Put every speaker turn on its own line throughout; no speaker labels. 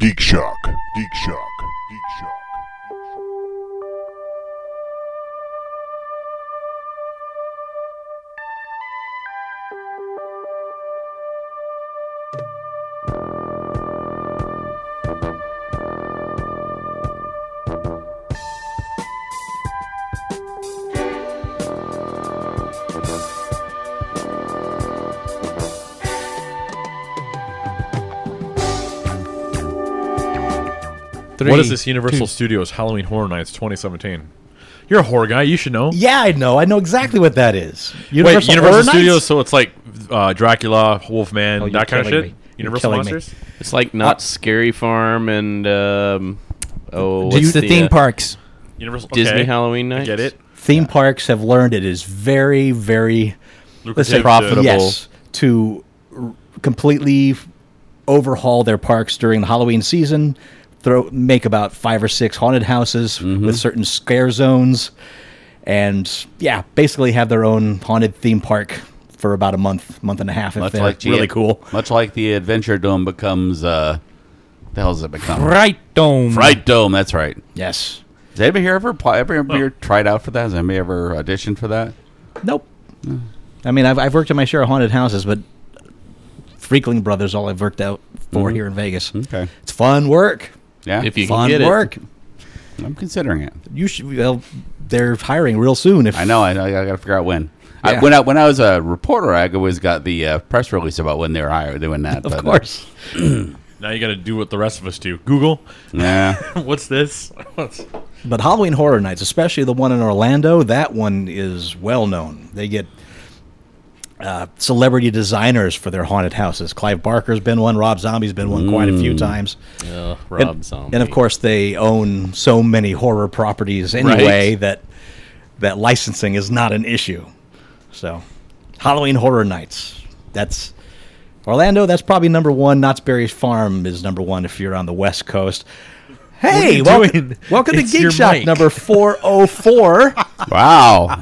Geek Shock. Geek Shock. Geek Shock.
Three,
what is this Universal
two-
Studios Halloween Horror Nights 2017? You're a horror guy. You should know.
Yeah, I know. I know exactly what that is.
Wait, Universal
Horror Nights?
Studios. So it's like uh, Dracula, Wolfman,
Oh, you're
that kind of
killing
shit.
me. You're
Universal
killing me.
Monsters.
It's like not Scary Farm and um,
Do
oh, what's
you-
the,
the theme
uh,
parks.
Universal
Disney
okay.
Halloween
I
night.
get it.
Theme parks have learned it is very, very let's say
Lucrative uh, to-
profitable yes, to r- completely f- overhaul their parks during the Halloween season. Throw make about five or six haunted houses with certain scare zones, and yeah, basically have their own haunted theme park for about a month, month and a half. If
Much
they're
like the-
really cool.
Much like the Adventure Dome becomes, uh, the hell's it become?
Right dome.
Fright Dome. That's right.
Yes.
Has anybody here ever apply, ever, ever tried out for that? Has anybody ever auditioned for that?
Nope. I mean, I've, I've worked in my share of haunted houses, but Freakling Brothers, all I've worked out for here in Vegas.
Okay.
It's fun work.
Yeah.
If you
Fun
can get
work.
I'm considering it.
You should. Well, they're hiring real soon. If
I know. I, I got to figure out when. I,
Yeah.
when I when I was a reporter, I always got the uh, press release about when they were hired, doing that.
of
but, uh,
course.
Now you got to do what the rest of us do. Google.
yeah.
What's this? What's-
But Halloween Horror Nights, especially the one in Orlando, that one is well known. They get uh, celebrity designers for their haunted houses. Clive Barker's been one. Rob Zombie's been one quite a few times.
Ugh, Rob
And,
Zombie.
and of course, they own so many horror properties anyway that that licensing is not an issue. So, Halloween Horror Nights. That's Orlando. That's probably number one. Knott's Berry Farm is number one if you're on the West Coast. Hey,
What are you
welcome,
doing?
welcome to
It's
Geek
your
Shock
mic.
number 404.
Wow.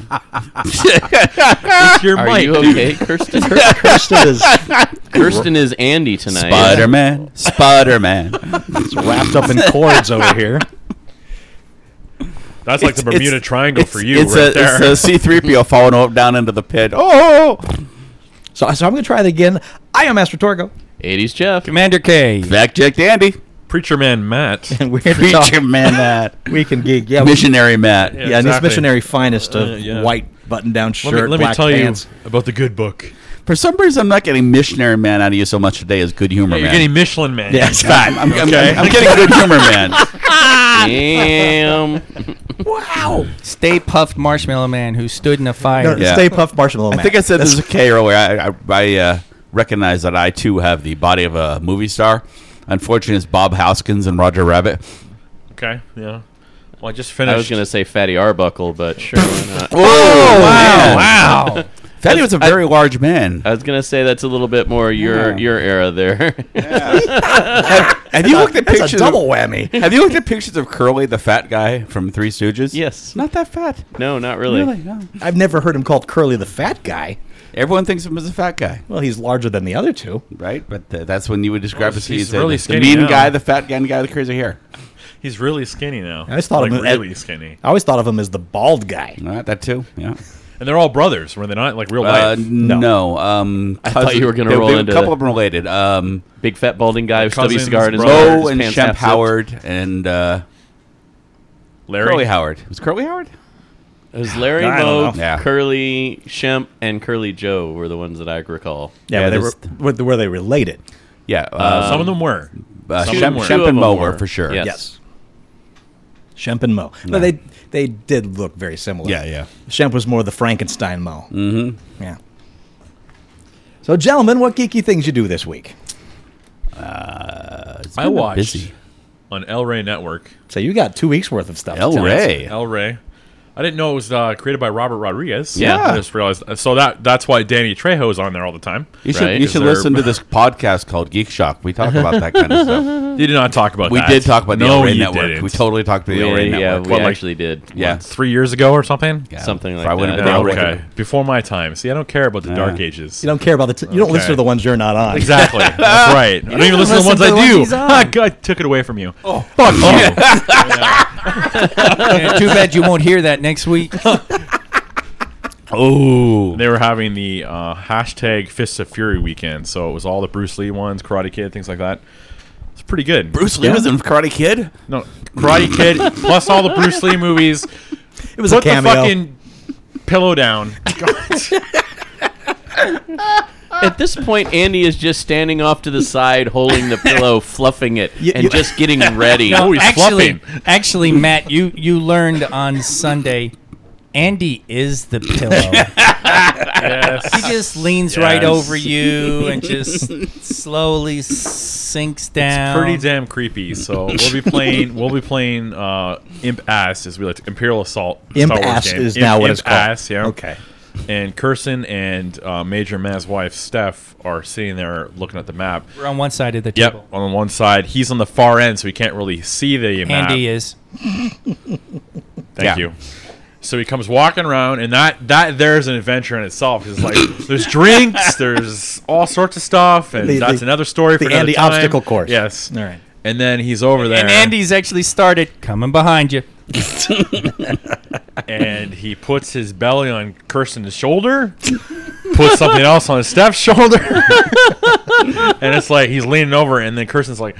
It's your
Are
mic.
you
dude.
okay, Kirsten?
Kristen is
Kirsten is Andy tonight.
Spider Man. Spider Man.
wrapped up in cords over here.
That's like the Bermuda Triangle for you,
It's
right
a,
there.
It's a C3PO falling up down into the pit. Oh.
So, so I'm going to try it again. I am Master Torgo.
80s Jeff.
Commander K.
Back checked Andy.
Preacher Man Matt.
And we're here to talk.
Preacher Man Matt.
We can geek. Yeah, we-
Missionary Matt.
Yeah.
Yeah, and
Exactly.
this missionary finest of
Uh, yeah.
white button-down
Let
shirt,
me, let me
black
tell
pants.
you about the good book.
For some reason, I'm not getting Missionary Man out of you so much today as Good Humor
You're
Man.
getting Michelin Man.
Yeah, it's
Fine. I'm, I'm-
Okay.
I'm getting Good Humor Man.
Damn.
Wow.
Stay puffed marshmallow man who stood in a
No,
fire.
Yeah.
Stay puffed marshmallow man.
I think I said this is okay earlier. I, I, I uh, recognize that I too have the body of a movie star. Unfortunately, it's Bob Hoskins and Roger Rabbit.
Okay. Yeah. Well, I just
I
finished.
was gonna say Fatty Arbuckle, but sure why not.
Oh, wow!
Wow.
Fatty was a very large man.
I was gonna say that's a little bit more your
Yeah.
your era there.
have you looked at
that's a
pictures?
double
Of,
whammy.
have you looked at pictures of Curly, the fat guy from Three Stooges?
yes.
not that fat.
No, not really.
Really? No.
I've never heard him called Curly the fat guy.
Everyone thinks of him as a fat guy,
Well, he's larger than the other two.
right? But uh, that's when you would describe
Well,
us.
he's
He's the-
really
the
skinny
mean
now.
guy, the fat guy, and the guy with crazy hair.
He's really skinny now. I
just thought
like
of him as-
really skinny.
I always thought of him as the bald guy.
All right, that too. Yeah.
And they're all brothers, were they not? Like real
Uh,
life.
no. Um,
I thought you were gonna
there-
roll
there were
into
A couple
the-
of them related. Um,
Big fat balding guy with stubby
Cousins,
cigar in his
brothers,
mouth,
Bo
his
and
pants
Shemp
half zipped.
Howard and uh,
Larry.
Curly Howard. Was Curly Howard?
It was Larry
I
Moe,
don't
know. Yeah.
Curly Shemp, and Curly Joe were the ones that I recall.
Yeah,
Yeah,
but they
this-
were, were, were they related?
Yeah.
Uh,
Uh,
some of them were.
uh,
some of them
Shemp,
were.
Two
Shemp
of
and
them
Mo
were.
were for sure.
Yes.
Yes. Shemp and Mo. But they they did look very similar.
Yeah, yeah.
Shemp was more the Frankenstein Mo. Mm-hmm. Yeah. So, gentlemen, what geeky things you do this week?
It's
I
been
watched
Busy.
on El Rey Network.
So you got two weeks worth of stuff. to
El
tell us.
Rey.
El Rey. I didn't know it was uh, created by Robert Rodriguez.
Yeah.
I just realized. uh, So that that's why Danny Trejo is on there all the time.
You should
Right,
you
is
should
there-
listen to this podcast called Geek Shock. We talk about that kind of stuff.
You did not talk about
We
that.
did talk about the
no,
El Rey
you
Network.
Didn't.
We totally talked about the
We-
El Rey
yeah,
Network.
we
What, like-
actually did.
Yeah.
once.
three years ago or something.
Yeah.
something
If
like
I would've
that.
been
Yeah,
El Rey-
Oh, Okay, before my time. See, I don't care about the Dark Ages.
You don't care about the. T- You don't
Okay.
listen to the ones you're not on.
Exactly. That's right. I don't even listen to the ones I do. Ha, God took it away from you. Oh, fuck you.
Yeah, Too bad you won't hear that next week.
Oh,
They were having the uh, hashtag Fists of Fury weekend, so it was all the Bruce Lee ones, Karate Kid, things like that. It's pretty good.
Bruce Lee was in Karate Kid.
no, Karate Kid plus all the Bruce Lee movies.
It was
Put
a
the
cameo.
fucking pillow down. God.
At this point, Andy is just standing off to the side, holding the pillow, fluffing it, and
you-
just getting ready.
No, Oh, he's
actually,
fluffing.
actually, Matt, you you learned on Sunday. Andy is the pillow.
Yes.
He just leans right
Yes.
over you and just slowly sinks down.
pretty damn creepy. So we'll be playing. We'll be playing uh, Imp Ass, as we like to, Imperial Assault.
Imp
Star Wars
Ass
game.
is
Imp-
now what
Imp
it's called.
Ass, yeah.
Okay.
And Kirsten and uh, Major Man's wife Steph are sitting there looking at the map.
We're on one side of the
Yep,
table.
on the one side, he's on the far end, so he can't really see the map.
Andy is.
Thank
Yeah.
you. So he comes walking around, and that that there's an adventure in itself. It's like there's drinks, there's all sorts of stuff, and
The-
that's
the-
another story for
the
another
Andy
time.
obstacle course.
Yes.
All right.
And then he's over there,
And Andy's actually started coming behind you.
and he puts his belly on Kirsten's shoulder, puts something else on Steph's shoulder, and it's like he's leaning over, and then Kirsten's like,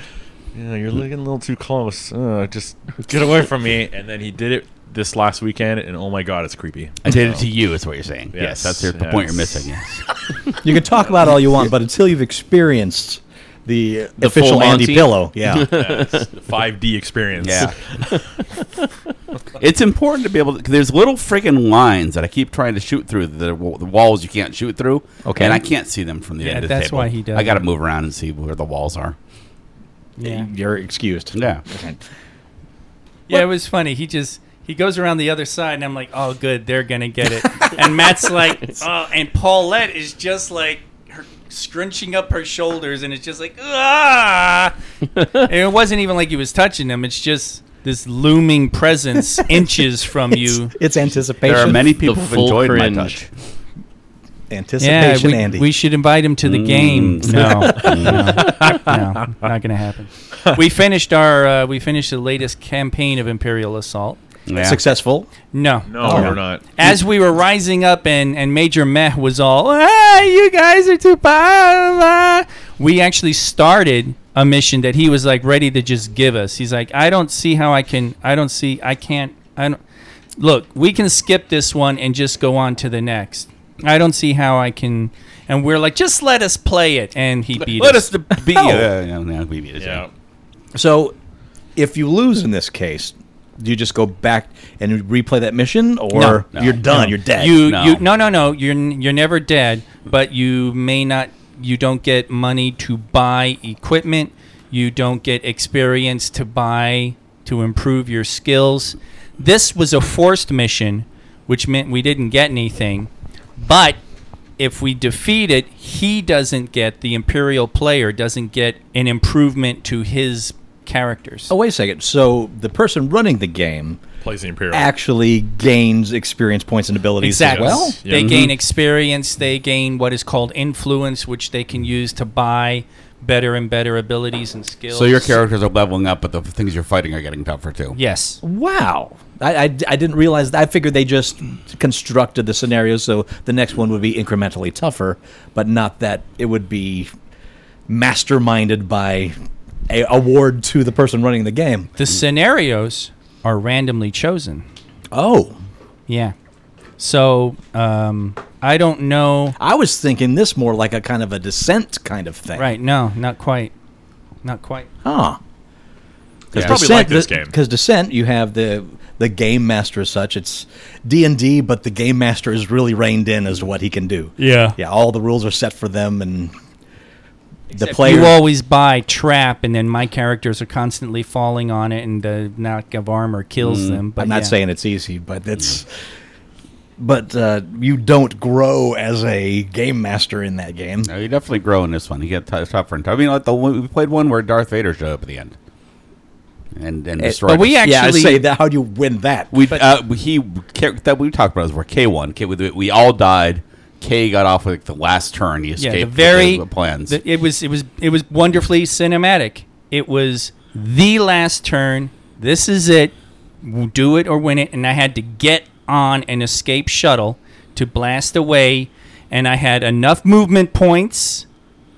yeah, "You're looking a little too close. Uh, just get away from me." And then he did it this last weekend, and oh my god, it's creepy.
I did it to you. Is what you're saying? Yes,
Yes,
that's your, the point
yes.
you're missing. Yes.
You can talk about all you want, but until you've experienced the, official
full
Andy
Monty?
pillow, yeah,
Five D experience.
Yeah. it's important to be able to. 'cause There's little friggin' lines that I keep trying to shoot through the, wa- the walls you can't shoot through.
Okay.
And I can't see them from the
Yeah,
end of the
that's
table.
why he does
I got to
it.
move around and see where the walls are.
Yeah.
you're excused.
Yeah.
Okay.
Yeah, it was funny. He just he goes around the other side, and I'm like, oh, good, they're gonna get it. and Matt's like, oh, and Paulette is just like her scrunching up her shoulders, and it's just like, ah. and it wasn't even like he was touching them. It's just this looming presence inches from you.
It's, it's anticipation.
There are many people
the
who've
full
enjoyed
cringe.
my touch.
Yeah,
Anticipation,
we,
Andy.
we should invite him to the game. Mm, No, no, no, not gonna happen. we finished our uh, we finished the latest campaign of Imperial Assault.
Yeah.
Successful.
No,
No,
Oh.
we're not.
as we were rising up and, and Major Meh was all, ah, you guys are too bad. We actually started a mission that he was like ready to just give us. He's like, I don't see how I can, I don't see, I can't, I don't, look, we can skip this one and just go on to the next. I don't see how I can, and we're like, just let us play it. And he beat
Let
us.
us to be. Uh, yeah, yeah, we beat it,
Yeah.
So, if you lose in this case, do you just go back and replay that mission, or
No,
no,
you're done?
no.
You're dead.
You,
No.
you, no, no, no. You're n- you're never dead, but you may not. You don't get money to buy equipment. You don't get experience to buy to improve your skills. This was a forced mission, which meant we didn't get anything. But if we defeat it, he doesn't get the imperial player doesn't get an improvement to his characters.
oh wait a second. So the person running the game
Plays the Imperial.
actually gains experience points and abilities
Exactly.
as well.
Yeah.
They gain experience. They gain what is called influence, which they can use to buy better and better abilities and skills.
So your characters are leveling up, but the things you're fighting are getting tougher too.
Yes.
Wow. I, I, I didn't realize that. I figured they just constructed the scenario so the next one would be incrementally tougher, but not that it would be masterminded by a award to the person running the game.
The scenarios are randomly chosen.
Oh,
Yeah. So um, I don't know.
I was thinking this more like a kind of a descent kind of thing.
Right. No, not quite. Not quite.
Huh.
Yeah. Probably like this game.
Because Descent, you have the the game master as such. It's D and D, but the game master is really reined in as to what he can do.
Yeah.
Yeah, all the rules are set for them, and the player.
You always buy trap, and then my characters are constantly falling on it, and the knock of armor kills them. But
I'm not
yeah.
Mm.
saying it's easy, but it's but uh, you don't grow as a game master in that game.
No, you definitely grow in this one. You get t- tougher and tougher. I mean, like the one- we played one where Darth Vader showed up at the end, and and destroyed.
Eh, but we
us.
actually
yeah, I say that. How do you win that?
we uh, he K- that we talked about is where K one K we, we all died. K got off with the last turn. He
yeah,
escaped
the
with
very
the plans.
the- it was it was it was wonderfully cinematic. It was the last turn. This is it. W- Do it or win it. And I had to get on an escape shuttle to blast away. And I had enough movement points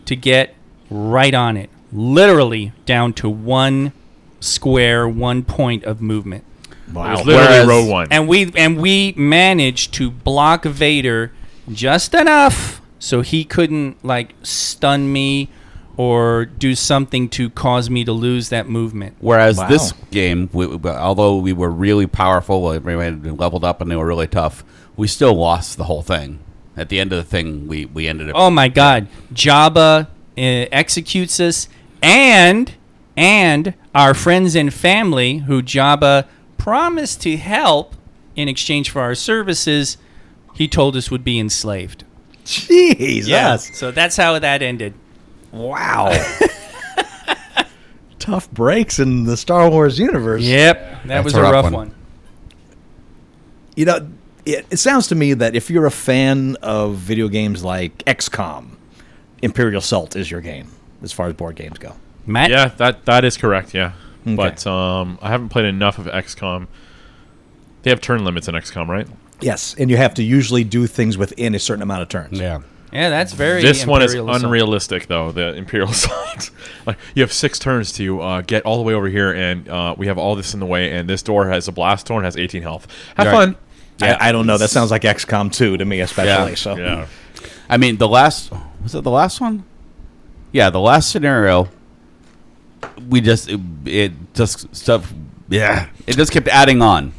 to get right on it. Literally down to one square, one point of movement.
It was
Wow.
literally
Whereas-
row one.
And we and we managed to block Vader just enough so he couldn't like stun me or do something to cause me to lose that movement.
Whereas
Wow.
this game, we, we- although we were really powerful, everyone leveled up and they were really tough, we still lost the whole thing. At the end of the thing, we, we ended up.
Oh my god. Jabba uh, executes us and and our friends and family who Jabba promised to help in exchange for our services, he told us would be enslaved.
Jesus.
So that's how that ended.
Wow. Tough breaks in the Star Wars universe.
Yep. That
That's
was a rough, one.
You know, it, it sounds to me that if you're a fan of video games like XCOM, Imperial Salt is your game as far as board games go.
Matt
yeah, that that is correct. Yeah,
Okay.
but um, I haven't played enough of XCOM. They have turn limits in XCOM, right?
Yes, and you have to usually do things within a certain amount of turns.
Yeah.
Yeah, that's very.
this one is
imperial assault.
unrealistic, though. The Imperial Assault. like you have six turns to uh, get all the way over here, and uh, we have all this in the way, and this door has a blast door and has 18 health. Have
Right.
fun.
I, I don't know. That sounds like XCOM 2 to me, especially.
Yeah.
So
Yeah.
I mean, the last. Was it the last one? Yeah, the last scenario, we just. It, it just stuff. Yeah. It just kept adding on.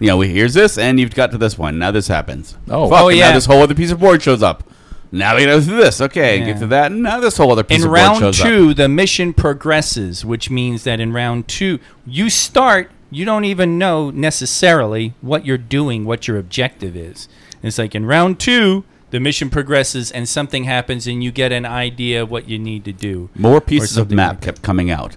You know, we here's this, and you've got to this one. Now this happens.
Oh.
Fuck,
Oh,
and
yeah.
Now this whole other piece of board shows up. Now we go through this. Okay,
Yeah.
get to that. And now this whole other piece
In
of board
round
shows up.
two, the mission progresses, which means that in round two, you start. You don't even know necessarily what you're doing, what your objective is. And it's like in round two, the mission progresses, and something happens, and you get an idea of what you need to do.
More pieces of
something
map
like
kept coming out,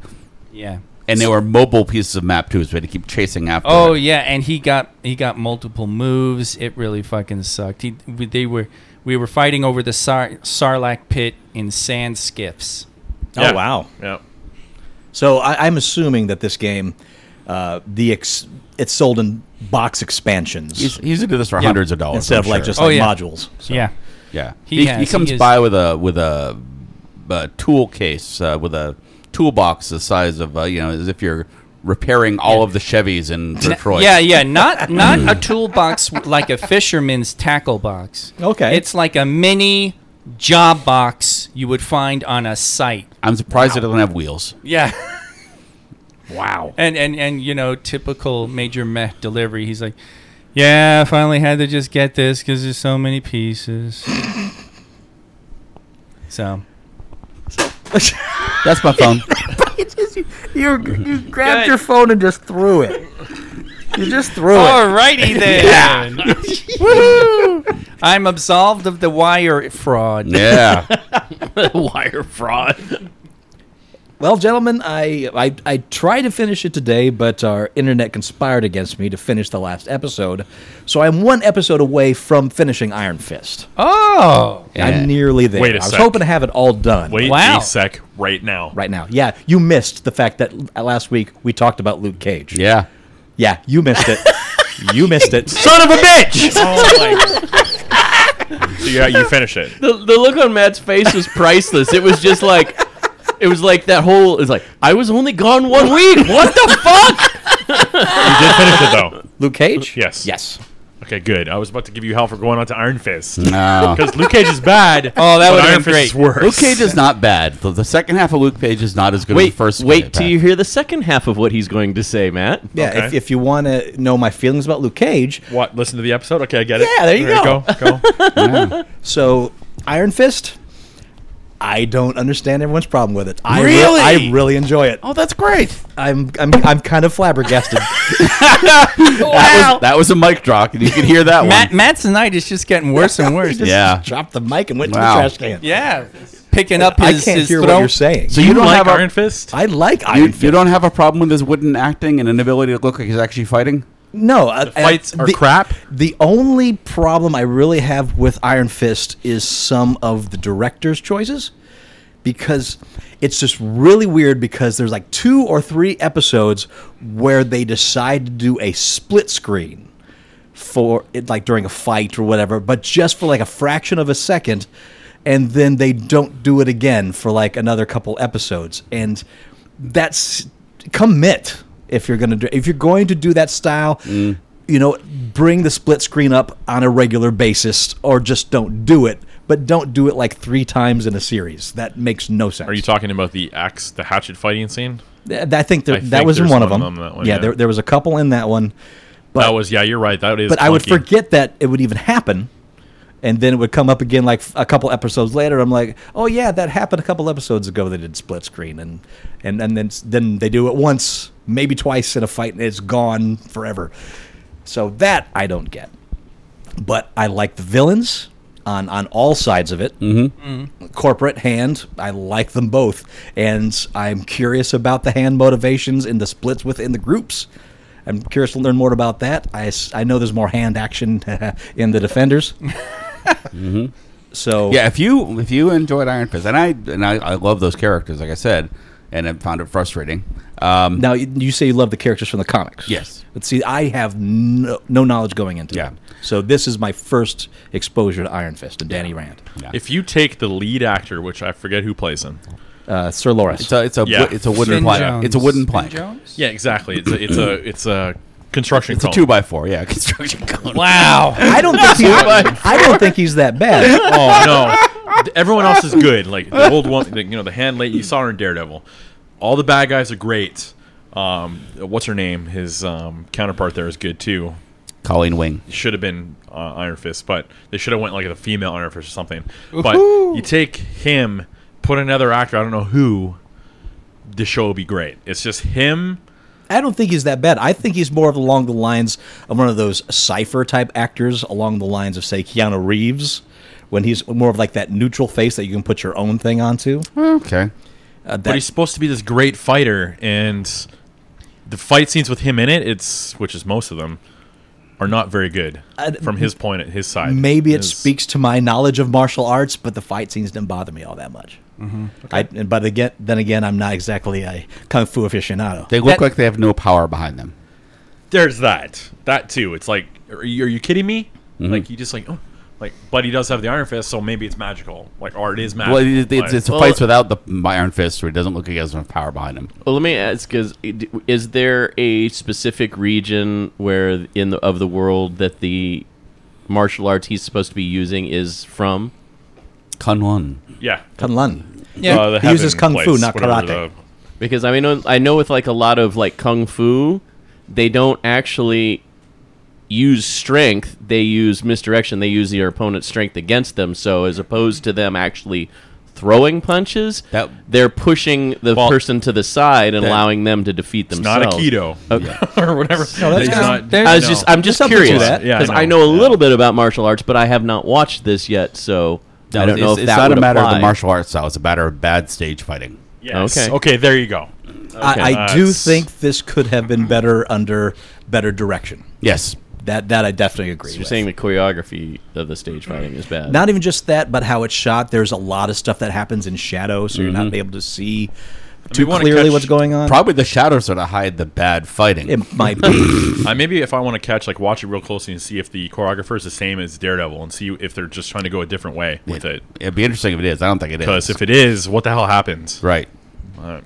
Yeah.
and they were mobile pieces of map too, so we had to keep chasing after.
Oh
it.
yeah, and he got he got multiple moves. It really fucking sucked. He, we, they were we were fighting over the sar- Sarlacc pit in sand skiffs.
Oh,
Yeah.
wow.
Yeah.
So I, I'm assuming that this game, uh, the ex, it's sold in box expansions
he's, he's gonna do this for hundreds of dollars
instead
I'm
of like
sure.
just
Oh,
like
yeah.
modules. So-
Yeah.
yeah.
he
He, he,
has- he
comes
is-
by with a with a, a tool case uh, with a toolbox the size of uh, you know as if you're repairing all of the Chevys in Detroit.
Yeah, yeah, not not a toolbox like a fisherman's tackle box.
Okay.
It's like a mini job box you would find on a site.
I'm surprised it doesn't have wheels.
Yeah.
Wow.
and and and you know typical major meh delivery he's like yeah i finally had to just get this because there's so many pieces so
That's my phone.
You, you grabbed your phone and just threw it. You just threw
alrighty then Woo! i'm absolved of the wire fraud
yeah.
Wire fraud.
Well, gentlemen, I, I I tried to finish it today, but our internet conspired against me to finish the last episode. So I'm one episode away from finishing Iron Fist.
oh
Yeah.
I'm nearly there.
Wait a
I was
sec.
hoping to have it all done
Wait
Wow.
a sec. Right now.
right now. Yeah, you missed the fact that l- last week we talked about Luke Cage.
Yeah.
Yeah, you missed it. you missed it.
Son of a bitch!
Oh my. so yeah, you finish it.
the, the look on Matt's face was priceless. It was just like, it was like that whole. It's like I was only gone one week. What the fuck?
You did finish it though.
Luke Cage?
Yes.
Yes.
Okay, good. I was about to give you hell for going on to Iron Fist
No.
because Luke Cage is bad.
Oh,
but
that would've
Iron
been
Fist
great.
is worse.
Uh, Luke Cage is not bad. The, the second half of Luke Cage is not as good as
Wait,
the first.
wait
half.
till you hear the second half of what he's going to say, Matt.
Yeah,
Okay.
if, if you want to know my feelings about Luke Cage,
What? Listen to the episode. Okay, I get it.
Yeah, there you go.
go. Go.
So, Iron Fist, I don't understand everyone's problem with it. I re-
Really?
I really enjoy it.
Oh, that's great.
I'm I'm I'm kind of flabbergasted.
That, was, that was a mic drop, and you could hear that
Matt,
one.
Matt's night is just getting worse and worse.
Yeah.
Dropped the mic and went
Wow.
to the trash can.
Yeah. Picking up
I
his,
can't
his
hear
throat.
what you're saying.
So you, don't
like
have
Iron
a,
Fist?
I like
you,
Iron Fist.
you don't have a problem with his wooden acting and inability to look like he's actually fighting.
No, uh, uh,
fights are crap?
The only problem I really have with Iron Fist is some of the director's choices because it's just really weird because there's like two or three episodes where they decide to do a split screen for it like during a fight or whatever, but just for like a fraction of a second and then they don't do it again for like another couple episodes. And that's commit if you're going to do if you're going to do that style,
Mm.
you know, bring the split screen up on a regular basis or just don't do it, but don't do it like 3 times in a series. That makes no sense.
Are you talking about the axe, the hatchet fighting scene?
Th- I think, there,
I
that
think
was in
there's
one of
one
them.
on that one,
yeah,
yeah.
There, there was a couple in that one. But
that was yeah. You're right. That is.
but I would
clunky.
forget that it would even happen. And then it would come up again like f- a couple episodes later. I'm like, oh yeah, that happened a couple episodes ago. They did split screen, and and and then s- then they do it once, maybe twice in a fight, and it's gone forever. So that I don't get. But I like the villains on on all sides of it.
Mm-hmm.
Corporate hand, I like them both, and I'm curious about the hand motivations and the splits within the groups. I'm curious to learn more about that. I, s- I know there's more hand action in the defenders. So
Yeah, if you if you enjoyed Iron Fist, and I and I, I love those characters, like I said, and I found it frustrating. Um,
now you you say you love the characters from the comics.
Yes.
But see, I have no, no knowledge going into
Yeah.
it. So this is my first exposure to Iron Fist and Danny Rand,
If you take the lead actor, which I forget who plays him.
uh, Sir Loras.
It's a it's a wo-
Yeah.
it's a wooden
Finn
plank.
Jones.
It's a wooden
Finn
plank.
Jones?
Yeah, exactly. It's a it's a, it's a construction.
It's a
cone.
two by four. Yeah, construction cone.
Wow.
I don't think he, I don't think he's that bad.
Oh no! D- Everyone else is good. Like the old one, the, you know, the hand lady. You saw her in Daredevil. All the bad guys are great. Um, what's her name? His um, counterpart there is good too.
Colleen Wing.
Should have been uh, Iron Fist, but they should have went like a female Iron Fist or something. But you take him, put another actor. I don't know who. The show will be great. It's just him.
I don't think he's that bad. I think he's more of along the lines of one of those cipher type actors, along the lines of say Keanu Reeves, when he's more of like that neutral face that you can put your own thing onto.
Okay.
Uh, that-
But he's supposed to be this great fighter, and the fight scenes with him in it, it's which is most of them, are not very good
I-
from his point at his side.
Uh, maybe it
His-
speaks to my knowledge of martial arts, but the fight scenes didn't bother me all that much. I, but again, then again, I'm not exactly a kung fu aficionado.
They look
That-
like they have no power behind them.
There's that. That too. It's like, are you, are you kidding me?
Mm-hmm.
Like you just like, oh, like, but he does have the iron fist, so maybe it's magical. Like, or it is magical.
Well, it, it's,
Like,
it's
Well-
fights without the Iron Fist, where it doesn't look like he has enough power behind him.
Well, let me ask: Is is there a specific region where in the, of the world that the martial arts he's supposed to be using is from?
Kun Lun.
yeah. Uh,
Kung Lun.
Yeah.
the
He uses
heaven
kung fu, not
whatever
karate.
Because I mean, I know with like a lot of like kung fu, they don't actually use strength; they use misdirection. They use their opponent's strength against them. So as opposed to them actually throwing punches,
That-
they're pushing the
Well,
person to the side and allowing them to defeat
It's
themselves.
not a keto or whatever.
No, that's
It's
kinda-
not-
there's-
I was
no.
just I'm just
There's something to
curious
that.
because
Yeah, I
I
know.
know a
Yeah.
little bit about martial arts, but I have not watched this yet, so I don't
it's,
know if
it's
that
not
would
a matter
apply.
of the martial arts style. It's a matter of bad stage fighting.
Yes.
Okay.
Okay. Okay. There you go.
I, I
Uh,
do
it's-
think this could have been better under better direction.
Yes.
That that I definitely agree.
You're
with.
saying the choreography of the stage fighting is bad.
not even just that, but how it's shot. There's a lot of stuff that happens in shadow, so you're not able to see too
wanna
clearly
catch-
what's going on.
Probably the shadows are to hide the bad fighting.
it might be.
I maybe if I want to catch, like, watch it real closely and see if the choreographer is the same as Daredevil, and see if they're just trying to go a different way with it.
would be interesting if it is. I don't think it is.
Because if it is, what the hell happens?
right.
Alright.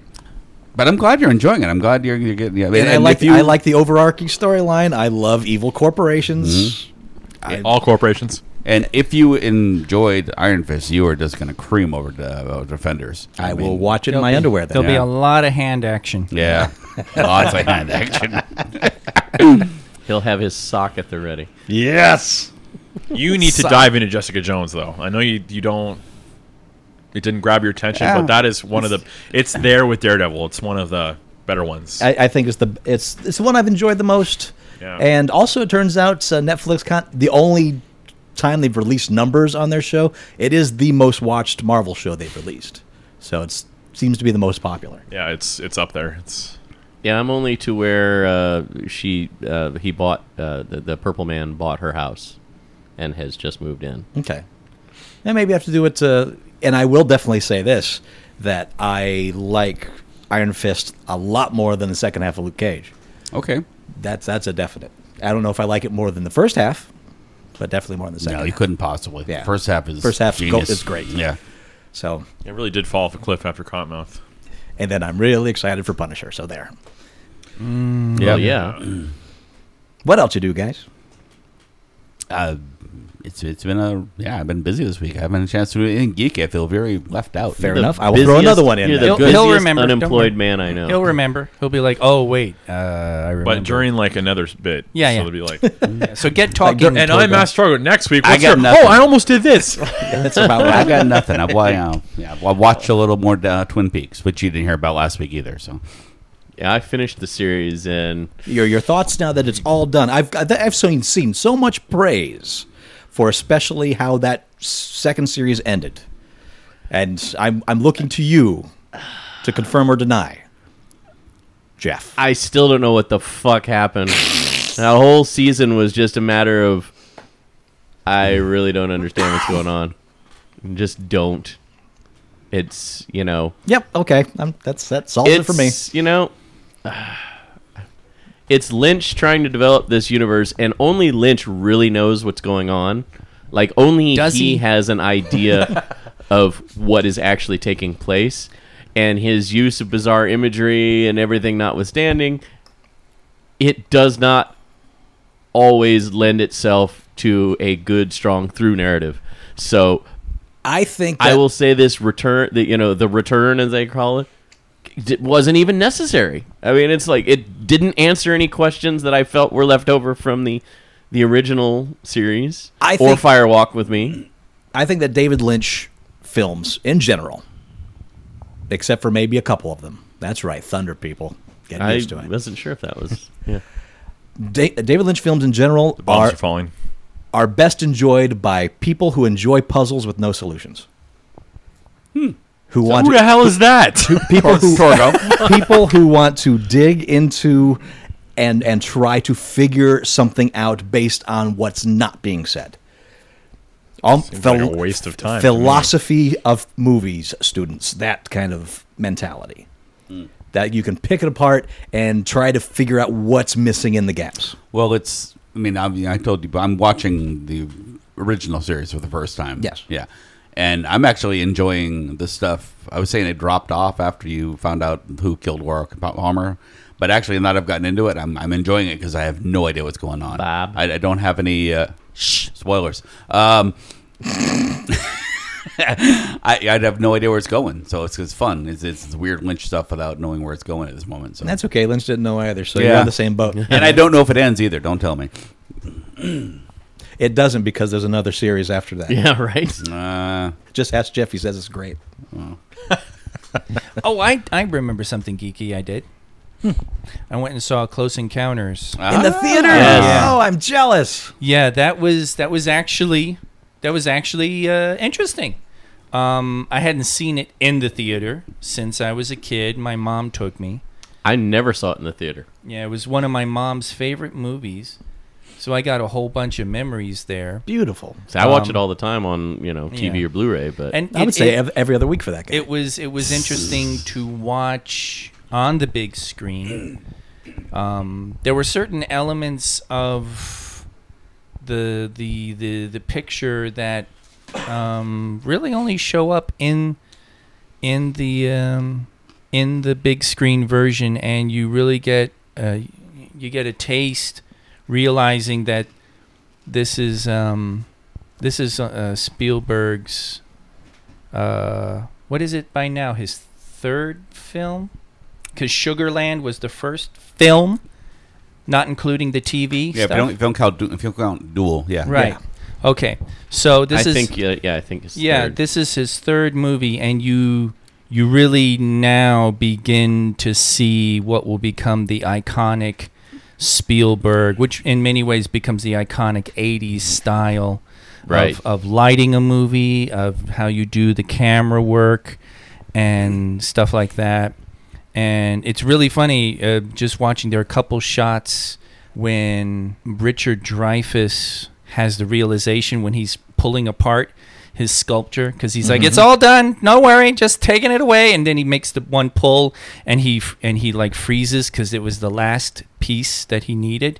But I'm glad you're enjoying it. I'm glad you're, you're getting. Yeah,
and I
if
like
you-
I like the overarching storyline. I love evil corporations.
All corporations.
And if you enjoyed Iron Fist, you are just going to cream over to uh, Defenders.
I,
mean,
will watch it in
There'll
my
be-
underwear. Then
There'll be
Yeah.
a lot of hand action.
Yeah, lots of hand action.
He'll have his sock at the ready.
yes.
You need to dive into Jessica Jones, though. I know you you don't it didn't grab your attention,
Yeah.
but that is one of the. It's there with Daredevil. It's one of the better ones.
I, I think it's the it's it's the one I've enjoyed the most.
Yeah.
And also, it turns out uh, Netflix con- the only time they've released numbers on their show, it is the most watched Marvel show they've released. So it seems to be the most popular.
yeah, it's it's up there. It's
Yeah, I'm only to where uh, she uh, he bought uh, the, the purple man bought her house and has just moved in.
Okay. And maybe I have to do it. Uh, and I will definitely say this that I like Iron Fist a lot more than the second half of Luke Cage.
Okay.
That's that's a definite. I don't know if I like it more than the first half, but definitely more than the second.
No, you
half.
couldn't possibly.
Yeah.
First half is
First half go-
genius.
is great.
Yeah.
So,
it really did fall off a cliff after Cottonmouth.
and then I'm really excited for Punisher. So there.
Mm.
Oh yeah,
What else you do, guys?
Uh, it's it's been a yeah. I've been busy this week. I haven't had a chance to do anything geeky. I feel very left out.
Fair
The
enough. I will throw another one in.
You're the
there.
He'll-
busiest
he'll remember, don't
unemployed
worry.
man I know.
He'll remember. He'll be like, "Oh wait, uh, I remember."
But during like another bit,
Yeah, yeah.
So it'll be like,
Yeah, Uh, so get talking.
and
Togo.
I'm Master Torgo next week.
I
what's
got
your-
nothing.
Oh, I almost did this.
That's about
I've
right.
got nothing. I've wa- yeah, yeah, I watched a little more uh, Twin Peaks, which you didn't hear about last week either. So
yeah, I finished the series and
your your thoughts now that it's all done. I've got- I've seen seen so much praise for especially how that second series ended, and I'm I'm looking to you to confirm or deny, Jeff.
I still don't know what the fuck happened. that whole season was just a matter of I really don't understand what's going on. Just don't. It's you know
Yep. Okay. I'm, that's that solves it for me.
It's, You know, it's Lynch trying to develop this universe, and only Lynch really knows what's going on. Like only
Does
he,
he?
has an idea of what is actually taking place, and his use of bizarre imagery and everything notwithstanding, it does not always lend itself to a good, strong through narrative. So
I think
I
that-
will say this return, the, you know, the return as they call it, d- wasn't even necessary. I mean, it's like it didn't answer any questions that I felt were left over from the the original series
I
or
think-
Fire Walk with Me.
I think that David Lynch films in general, except for maybe a couple of them. That's right, Thunder people. Get
I
used to it.
wasn't sure if that was yeah.
Da- David Lynch films in general
Bombs
are
are falling.
are best enjoyed by people who enjoy puzzles with no solutions. Who want
Hmm. Who the
to,
hell is that?
people who people who want to dig into and and try to figure something out based on what's not being said. Um,
Seems like a waste of time.
Philosophy of movies, students. That kind of mentality.
Hmm.
That you can pick it apart and try to figure out what's missing in the gaps.
well, it's. I mean, I, mean, I told you, but I'm watching the original series for the first time.
Yes.
Yeah, and I'm actually enjoying the stuff. I was saying it dropped off after you found out who killed Warwick Palmer, but actually, now that I've gotten into it, I'm, I'm enjoying it because I have no idea what's going on.
Bob.
I, I don't have any uh, shh, spoilers. Um, I, I'd have no idea where it's going, so it's, it's fun. It's, it's weird Lynch stuff without knowing where it's going at this moment. So
That's okay. Lynch didn't know either, so you're
Yeah.
on the same boat.
and I don't know if it ends either. Don't tell me.
It doesn't because there's another series after that.
Yeah, right.
Uh,
Just ask Jeff. He says it's great.
Oh, I I remember something geeky I did.
Hmm.
I went and saw Close Encounters.
Ah.
In the theater.
Yes.
Oh, I'm jealous.
Yeah, that was that was actually that was actually uh, interesting. Um, I hadn't seen it in the theater since I was a kid. My mom took me.
I never saw it in the theater.
Yeah, it was one of my mom's favorite movies, so I got a whole bunch of memories there.
Beautiful.
So I watch
Um,
it all the time on you know TV
yeah.
or Blu-ray, but
And
I
it-
would say
it-
ev every other week for that guy.
it was it was interesting to watch on the big screen. Um, there were certain elements of the the the the picture that um, really only show up in in the um, in the big screen version, and you really get uh, you get a taste realizing that this is um, this is uh, Spielberg's uh, what is it by now? His third film? Because Sugarland was the first film, not including the TV
yeah, if you,
stuff.
don't, if you don't count, du- if you don't count dual, yeah,
right.
Yeah.
Okay, so this
I
is
think yeah, yeah, I think it's
yeah,
third.
this is his third movie, and you you really now begin to see what will become the iconic Spielberg, which in many ways becomes the iconic '80s style
Right.
of, of lighting a movie, of how you do the camera work, and stuff like that. And it's really funny uh, just watching. There are a couple shots when Richard Dreyfuss has the realization when he's pulling apart his sculpture because he's like, "It's all done. No worry. Just taking it away." And then he makes the one pull, and he f- and he like freezes because it was the last piece that he needed.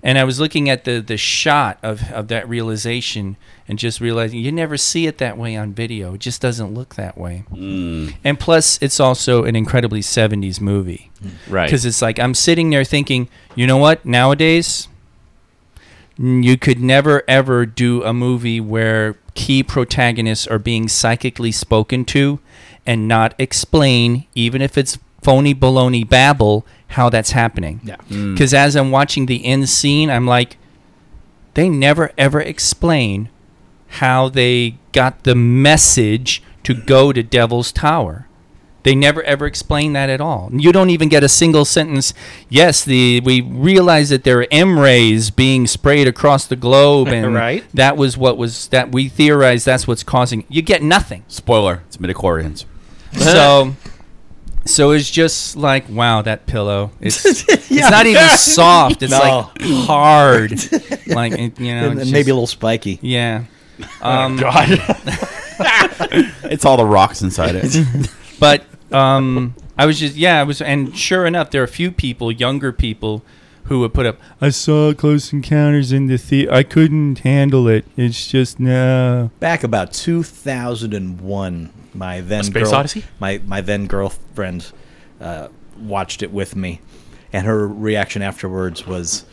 And I was looking at the the shot of of that realization and just realizing you never see it that way on video. It just doesn't look that way. And plus, it's also an incredibly 70s movie.
right.
Because it's like, I'm sitting there thinking, you know what? Nowadays, n- you could never, ever do a movie where key protagonists are being psychically spoken to and not explain, even if it's phony baloney babble, how that's happening.
Yeah.
Because as I'm watching the end scene, I'm like, they never, ever explain how they got the message to go to Devil's Tower. They never ever explain that at all. You don't even get a single sentence. Yes, the we realize that there are M rays being sprayed across the globe, and
Right.
that was what was that we theorized that's what's causing. You get nothing.
Spoiler: It's midichlorians.
So, so it's just like wow, that pillow. It's it's not even soft. It's
No.
like hard. like it, you know,
and,
it's
and maybe a
just-
little spiky.
yeah. Um,
It's all the rocks inside it.
but um, I was just yeah, I was, and sure enough, there are a few people, younger people, who would put up. I saw Close Encounters in the theater. I couldn't handle it. It's just no.
Back about 2001, my then
Space
girl,
Odyssey?
my my then girlfriend uh, watched it with me, and her reaction afterwards was,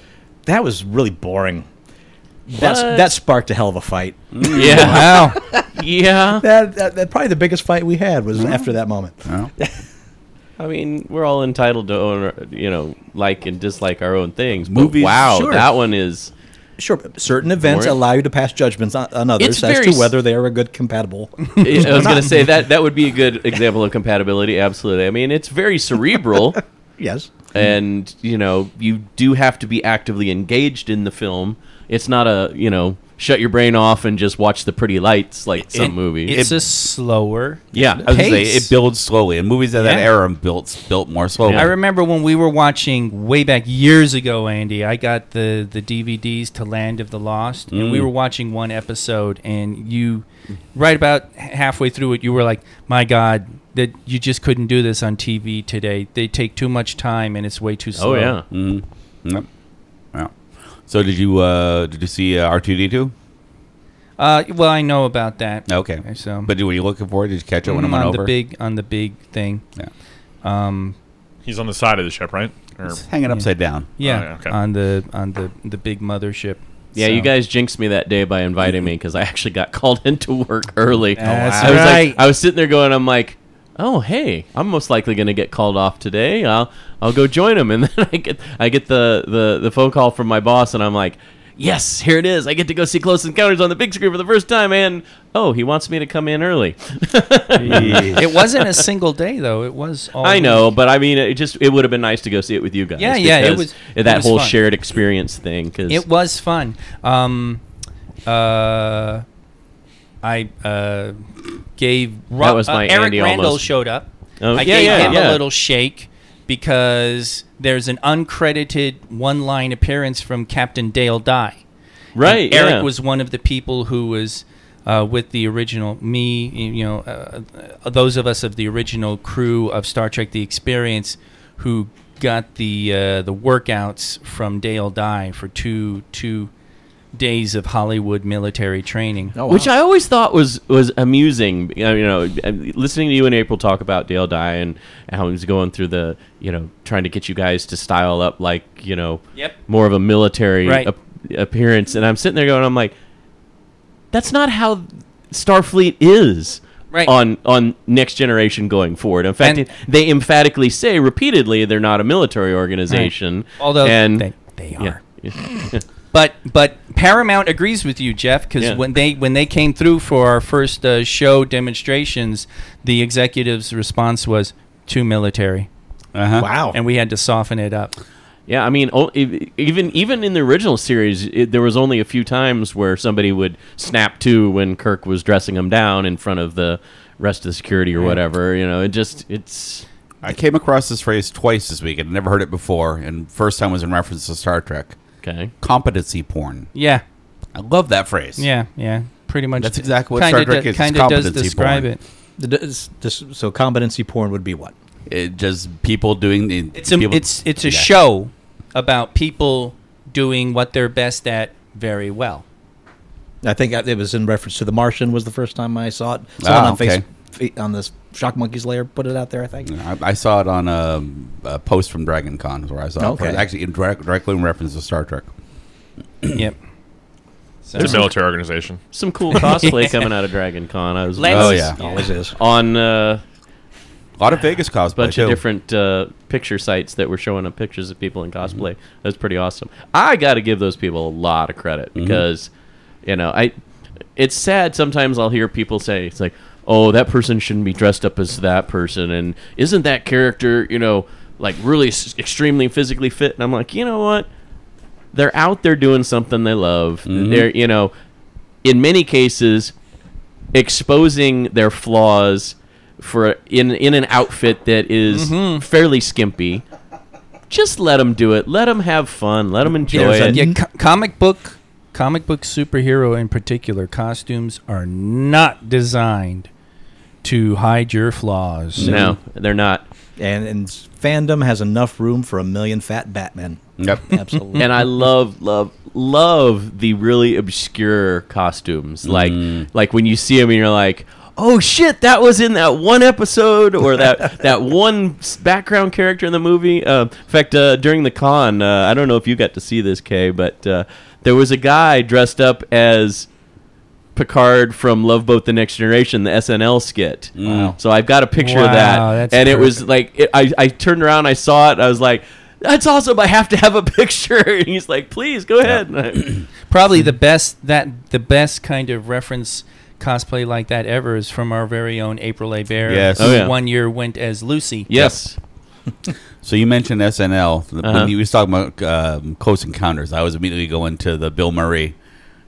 "That was really boring." That's,
What?
that sparked a hell of a fight.
yeah,
Wow.
yeah.
That, that, that probably the biggest fight we had was after that moment.
No?
I mean, we're all entitled to own, our- you know, like and dislike our own things. But
Movies,
wow,
sure.
that one is
Sure, but certain events
Boring.
allow you to pass judgments on, on others as
very
to
s-
whether they are a good compatible.
I was going to say that that would be a good example of compatibility. Absolutely. I mean, it's very cerebral,
yes,
and you know, you do have to be actively engaged in the film. It's not a you know, shut your brain off and just watch the pretty lights like some
It-
movie.
It's a slower.
Yeah, I was gonna say
Pace.
it builds slowly, and movies of that
Yeah.
era built built more slowly.
I remember when we were watching way back years ago, Andy. I got the the DVDs to Land of the Lost, and
Mm.
we were watching one episode, and you, right about halfway through it, you were like, "My God, that you just couldn't do this on TV today. They take too much time, and it's way too
oh
slow."
yeah.
Mhm. Yep. Yeah. So did you uh, did you see R two D two?
Uh, well, I know about that.
Okay.
So,
But were you looking for it? Did you catch it when
Mm,
it went
on
over?
the big on the big thing.
yeah.
Um,
He's on the side of the ship, right? Or,
It's hanging upside down.
yeah,
yeah, okay.
on the on the the big mothership.
Oh, Yeah,
So-
you guys jinxed me that day by inviting me because I actually got called into work early.
That's
I was
right.
Like, I was sitting there going, I'm like, oh hey, I'm most likely going to get called off today. I'll I'll go join them, and then I get I get the the the phone call from my boss, and I'm like. Yes, here it is. I get to go see Close Encounters on the big screen for the first time, and oh, he wants me to come in early.
It wasn't a single day though. It was. All
I
week.
know, but I mean, it just it would have been nice to go see it with you guys.
Oh. Yeah, yeah, it
because
was-
that
it was
whole
fun.
shared experience thing. Because
It was fun. Um, uh, I uh, gave Ro-
That was
uh,
my
Eric
Andy
Randall
almost.
showed up.
Oh, yeah,
I gave
yeah,
him
yeah.
a little shake because there's an uncredited one-line appearance from Captain Dale Dye.
right,
And Eric
yeah.
was one of the people who was uh, with the original me. You know, uh, uh, those of us of the original crew of Star Trek: The Experience, who got the uh, the workouts from Dale Dye for two two days of Hollywood military training.
oh,
Which I always thought was was amusing. You know, you know, listening to you and April talk about Dale Dye and how he's going through the, you know, trying to get you guys to style up like you know,
Yep.
more of a military
Right.
ap- appearance. And I'm sitting there going, I'm like, that's not how Starfleet is.
Right.
On on next generation going forward. In fact,
And-
they emphatically say repeatedly they're not a military organization.
Although
and
they, they are.
yeah,
But but Paramount agrees with you, Jeff, because
Yeah.
when they when they came through for our first uh, show demonstrations, the executive's response was too military,
Uh-huh.
Wow.
and we had to soften it up.
Yeah, I mean, o- e- even even in the original series, it, there was only a few times where somebody would snap to when Kirk was dressing him down in front of the rest of the security or whatever. You know, it just it's
I came across this phrase twice this week. I'd never heard it before, and first time was in reference to Star Trek.
okay.
Competency porn.
Yeah,
I love that phrase.
yeah, yeah. Pretty much.
That's exactly what
kinda
Star Trek
do-
is, it's
Kinda does
competency
describe
porn.
it.
The- this- this- so competency porn would be what?
It just people doing the.
It's a
people-
it's it's a
Yeah.
show about people doing what they're best at very well.
I think I- it was in reference to The Martian was the first time I saw it. Someone
Ah,
on face,
okay. Mm.
fe- on this Shock Monkeys layer put it out there. I think.
I, I saw it on a, a post from Dragon Con where I saw
Okay.
it first. actually in direct, directly in reference to Star Trek.
yep.
It's a military organization.
Some cool cosplay coming out of Dragon Con. I was
Let's-
Oh yeah,
Always is.
on uh,
a lot of Vegas cosplay
Ah, bunch
too.
of different uh, picture sites that were showing up pictures of people in cosplay. That's pretty awesome. I got to give those people a lot of credit because, you know, I. It's sad sometimes I'll hear people say it's like, "Oh, that person shouldn't be dressed up as that person," and isn't that character, you know, like really s- extremely physically fit? And I'm like, you know what? They're out there doing something they love. They're, you know, in many cases, exposing their flaws for in in an outfit that is
Mm-hmm.
fairly skimpy. Just let them do it. Let them have fun. Let them enjoy
There's a-
it.
Yeah, co- comic book, comic book superhero in particular, costumes are not designed to hide your flaws.
no, they're not.
And, and fandom has enough room for a million fat Batman.
Yep.
Absolutely.
And I love, love, love the really obscure costumes. Like, like when you see them and you're like, "Oh shit, that was in that one episode or that that one s- background character in the movie." Uh, in fact, uh, during the con, uh, I don't know if you got to see this, Kay, but uh, there was a guy dressed up as Picard from Love Boat: The Next Generation, the SNL skit. So I've got a picture of
Wow, that's
that, and it was
perfect.
like it, I I turned around, I saw it, I was like, "That's awesome! I have to have a picture." And he's like, "Please go ahead." And I-
Probably the best that the best kind of reference cosplay like that ever is from our very own April A. Bear.
Yes.
who
Oh, yeah.
One year went as Lucy.
yes,
So you mentioned SNL The-
Uh-huh.
when you was talking about um, Close Encounters. I was immediately going to the Bill Murray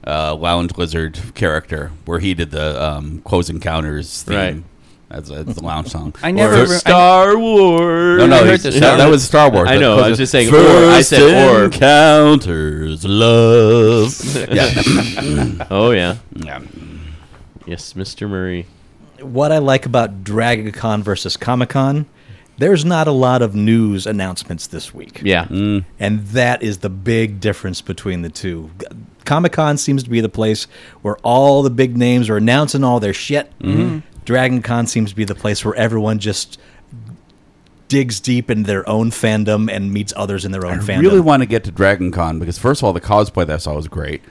uh, Lounge Lizard character where he did the um, Close Encounters theme.
Right.
That's, that's the lounge song.
I never
Or-
re- I-
Star Wars.
no, no,
I heard
it's-
the
that,
song.
that was Star Wars.
I
The
know, I
Close-
was just saying,
First
or. I said or.
encounters love. yeah.
Oh yeah,
yeah.
yes, Mr. Murray.
what I like about Dragon Con versus Comic Con, there's not a lot of news announcements this week.
Yeah,
Mm.
And that is the big difference between the two. Comic Con seems to be the place where all the big names are announcing all their shit.
Mm-hmm.
Dragon Con seems to be the place where everyone just digs deep in their own fandom and meets others in their own
I
fandom.
really want to get to Dragon Con because first of all, the cosplay that I saw was great.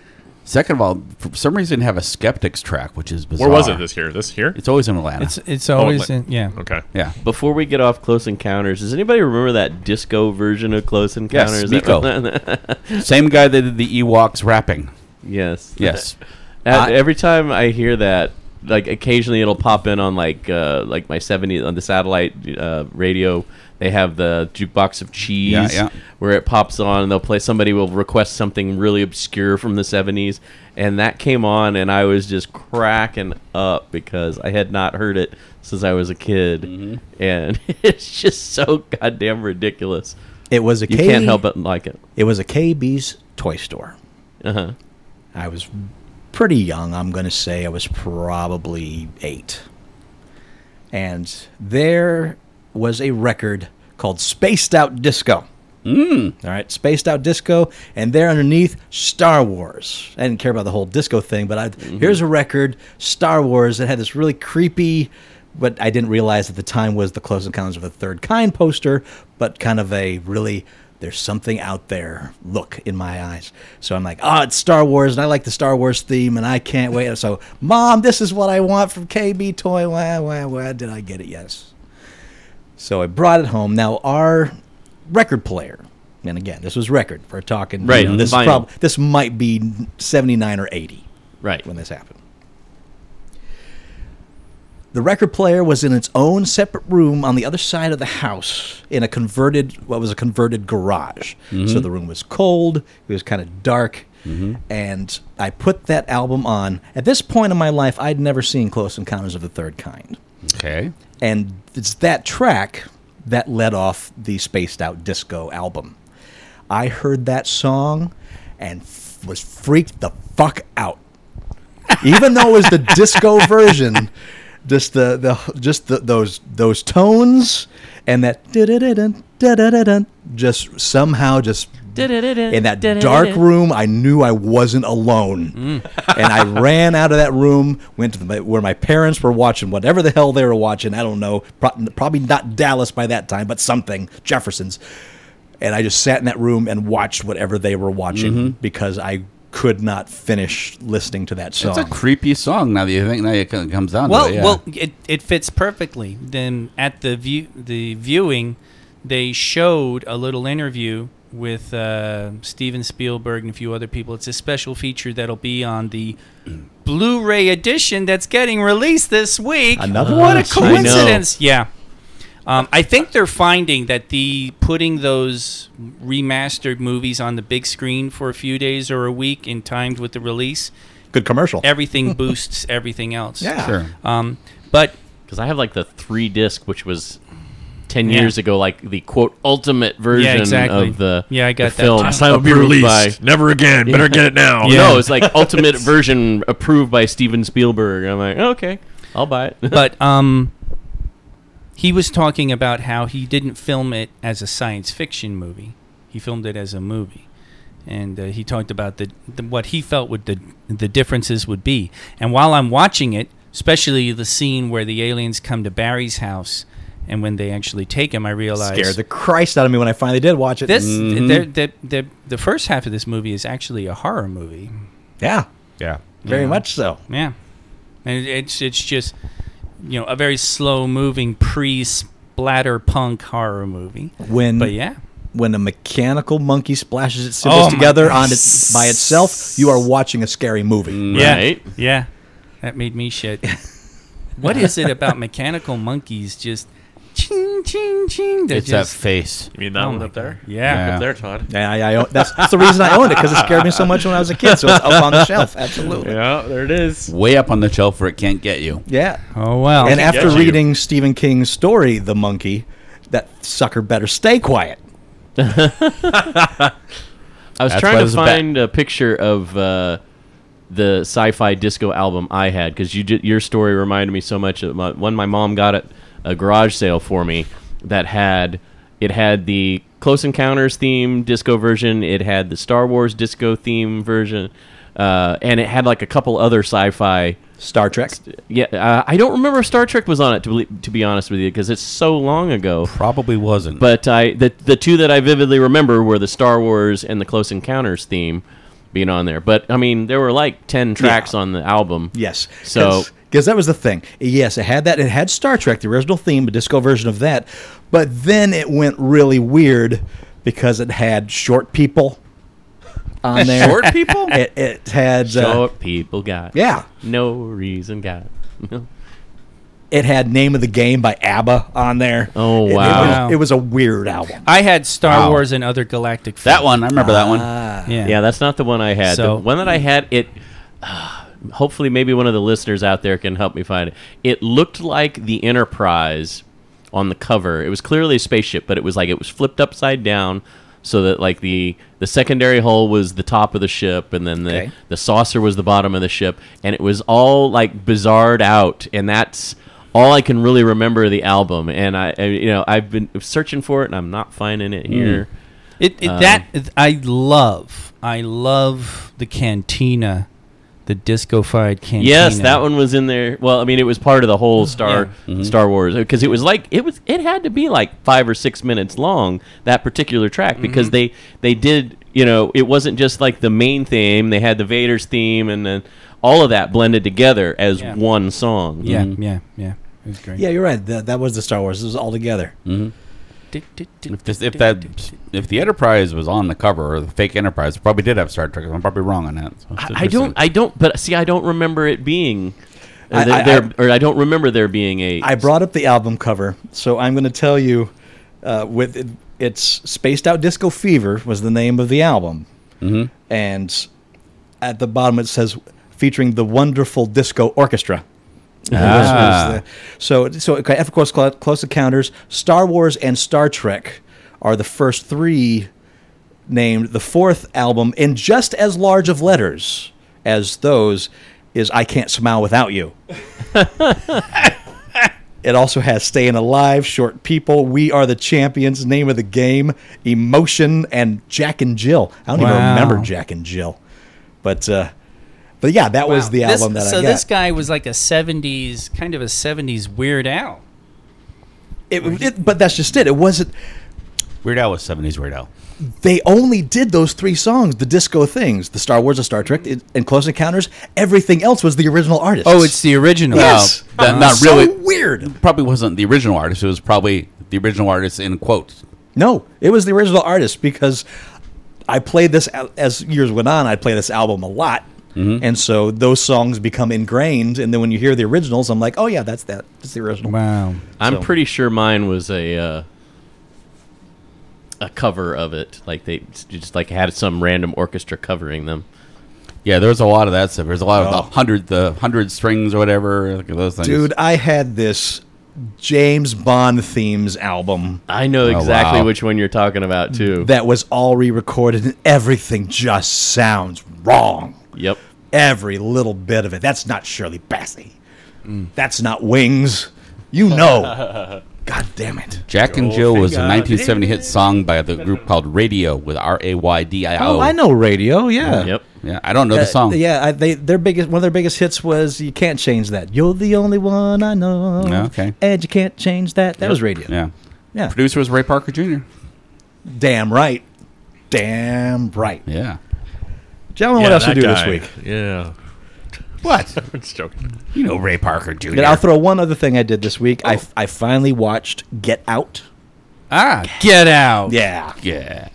Second of all, for some reason, they have a skeptics track, which is bizarre.
Where was it this year? This here?
It's always in Atlanta.
It's it's always
Oh,
in, yeah.
okay.
yeah.
Before we get off Close Encounters, does anybody remember that disco version of Close Encounters?
Same guy that did the Ewoks rapping.
yes.
Yes.
That-
I-
every time I hear that, like occasionally it'll pop in on like uh, like my seventy on the satellite uh, radio. They have the jukebox of cheese
Yeah, yeah.
where it pops on and they'll play somebody will request something really obscure from the 70s and that came on and I was just cracking up because I had not heard it since I was a kid
Mm-hmm.
and it's just so goddamn ridiculous.
it was a
You
K-
can't help but like it.
It was a KB's toy store.
Uh-huh.
I was pretty young. I'm going to say I was probably eight. And there was a record called Spaced Out Disco. Mm. All right, Spaced Out Disco. And there underneath, Star Wars. I didn't care about the whole disco thing, but I, here's a record, Star Wars, that had this really creepy, what I didn't realize at the time was the Close Encounters of the Third Kind poster, but kind of a really there's something out there look in my eyes so i'm like oh it's star wars and i like the star wars theme and i can't wait so mom this is what i want from kb toy wah, wah, wah. did i get it yes so i brought it home now our record player And again, this was record for talking. you
Right,
know, this is
vinyl.
prob- this might be seventy nine or eighty
Right.
when this happened. The record player was in its own separate room on the other side of the house in a converted, what was a converted garage. So the room was cold, it was kind of dark, and I put that album on. At this point in my life, I'd never seen Close Encounters of the Third Kind.
Okay.
And it's that track that led off the Spaced Out Disco album. I heard that song and f- was freaked the fuck out. Even though it was the disco version, just the, the just the, those those tones and that da-da-da-dun, da-da-da-dun, just somehow just in that dark room, I knew I wasn't alone,
Mm.
and I ran out of that room, went to the, where my parents were watching whatever the hell they were watching. I don't know, pro- probably not Dallas by that time, but something Jefferson's. And I just sat in that room and watched whatever they were watching
Mm-hmm.
because I could not finish listening to that song.
It's a creepy song now that you think now it kinda comes down
Well,
to it. yeah.
well, it, it fits perfectly. Then at the view, the viewing, they showed a little interview with uh, Steven Spielberg and a few other people. It's a special feature that'll be on the Blu-ray edition that's getting released this week.
Another
what
one?
a
I know.
coincidence! Yeah. Um, I think they're finding that the putting those remastered movies on the big screen for a few days or a week and timed with the release,
Good commercial.
everything boosts everything else.
yeah,
sure.
Um, but
Because I have like the three disc, which was ten
Yeah.
years ago, like the quote ultimate version
exactly.
of the
Yeah, I got
the
that
film.
too. Last
Time will be
approved
released.
by-
Never again. Better get it now.
Yeah.
No, it's like ultimate version approved by Steven Spielberg. I'm like, okay, I'll buy it.
but um, he was talking about how he didn't film it as a science fiction movie. He filmed it as a movie, and uh, he talked about the, the what he felt would the the differences would be. And while I'm watching it, especially the scene where the aliens come to Barry's house, and when they actually take him, I realized
scared the Christ out of me when I finally did watch it. Mm.
this they're, they're, they're, the first half of this movie is actually a horror movie.
yeah,
yeah.
very
Yeah.
much so.
Yeah, and it- it's it's just you know a very slow moving pre splatter punk horror movie.
When
But yeah,
when a mechanical monkey splashes its symbols
Oh my
together
God.
on its by itself, you are watching a scary movie.
Right?
yeah, yeah, that made me shit. what is it about mechanical monkeys just ching ching ching? They're
It's that
just,
face.
You mean that
Oh
one
my
up there?
God. Yeah.
Yeah.
Up there, Todd.
Yeah, I, I own, that's, that's the reason I owned it because it scared me so much when I was a kid. So it's up on the shelf, absolutely. Yeah,
Yeah, there it is.
Way up on the shelf where it can't get you.
oh wow.
and after
get you.
reading Stephen King's story, The Monkey, that sucker better stay quiet.
I was
That's why
trying to
there's a bat.
find a picture of uh, the sci-fi disco album I had because you ju- your story reminded me so much of my, when my mom got it a garage sale for me that had it had the Close Encounters theme disco version, it had the Star Wars disco theme version, uh, and it had like a couple other sci-fi.
Star Trek.
Yeah, uh, I don't remember if Star Trek was on it to be, to be honest with you because it's so long ago.
Probably wasn't.
But I the the two that I vividly remember were the Star Wars and the Close Encounters theme being on there. But I mean, there were like ten tracks on the album.
Yes.
So
because that was the thing. Yes, it had that. It had Star Trek, the original theme, a disco version of that. But then it went really weird because it had short people on there.
short people,
It, it had uh,
short people got
yeah.
no reason got.
It had Name of the Game by ABBA on there.
Oh,
It- it was- It,
wow.
was, a weird album.
I had Star
Wow.
Wars and other galactic.
that
films.
one, I remember that one.
Yeah.
yeah, that's not the one I had.
So-
the one that I had it. uh, hopefully, maybe one of the listeners out there can help me find it. It looked like the Enterprise on the cover. It was clearly a spaceship, but it was like it was flipped upside down, so that like the the secondary hull was the top of the ship, and then the
Okay.
the saucer was the bottom of the ship, and it was all like bizarred out, and that's. All I can really remember of the album, and I, I- you know, I've been searching for it, and I'm not finding
Hmm.
it here.
It, it that I love. I love the cantina, the disco-fied cantina.
Yes, that one was in there. Well, I mean, it was part of the whole Star
Mm-hmm.
Star Wars because it was like it was it had to be like five or six minutes long that particular track because they they did you know it wasn't just like the main theme they had the Vader's theme and then all of that blended together as
Yeah.
one song.
Yeah, yeah, yeah. It was great.
Yeah, you're right. That, that was the Star Wars. It was all together.
If this, if that, if the Enterprise was on the cover or the fake Enterprise, it probably did have Star Trek. I'm probably wrong on that. So it's
I, I don't.
interesting.
I don't. But see, I don't remember it being.
I-
there,
I-
there- or I don't remember there being a.
I brought up the album cover, so I'm going to tell you. Uh, with it's spaced out disco fever was the name of the album, mm-hmm. and at the bottom it says featuring the wonderful disco orchestra. Was-
Ah.
was the- so so okay, of course Cl- Close Encounters, Star Wars, and Star Trek are the first three named. The fourth album in just as large of letters as those is I Can't Smile Without You. It also has Staying Alive, Short People, We Are the Champions, Name of the Game, Emotion, and Jack and Jill. I don't even
Wow.
remember Jack and Jill. But uh, but yeah, that was the
This-
album that
so
I got.
this guy was like a 70s, kind of a 70s Weird Al.
It- it- but that's just it. It wasn't.
Weird Al was '70s Weird Al.
They only did those three songs, the disco things, the Star Wars, the Star Trek, it- and Close Encounters. Everything else was the original artist.
Oh, it's the original.
yes.
Oh, that- not
So
really.
weird.
Probably wasn't the original artist. It was probably the original artist in quotes.
No, it was the original artist because I played this al- as years went on. I play this album a lot, and so those songs become ingrained. And then when you hear the originals, I'm like, oh yeah, that's that. That's the original.
Wow.
I'm
So-
pretty sure mine was a uh, a cover of it. Like they just like had some random orchestra covering them.
Yeah, there was a lot of that stuff. There's a lot of
Oh.
the hundred, the hundred strings or whatever. Look at those things.
Dude, I had this James Bond themes album
I know exactly
wow.
which one you're talking about too.
that was all re-recorded, and everything just sounds wrong.
yep.
Every little bit of it. That's not Shirley Bassey.
Mm.
That's not Wings. You know. God damn it.
Jack and Jill was a 1970 hit song by the group called Radio with R A Y D I O.
Oh, I know radio. Yeah.
Yep.
Yeah, I don't know the
Uh,
song.
Yeah, I, they their biggest one of their biggest hits was "You Can't Change That." You're the only one I know.
Yeah, okay.
And you can't change that. That was radio.
yeah.
Yeah.
Producer was Ray Parker Jr.
Damn right. Damn right.
Yeah.
Gentlemen, what
Yeah,
else we do
that guy.
this week?
Yeah.
What?
I'm just joking.
You know Ray Parker Jr.
And I'll throw one other thing I did this week.
Oh.
I, I finally watched Get Out.
ah,
Get out.
Yeah.
yeah.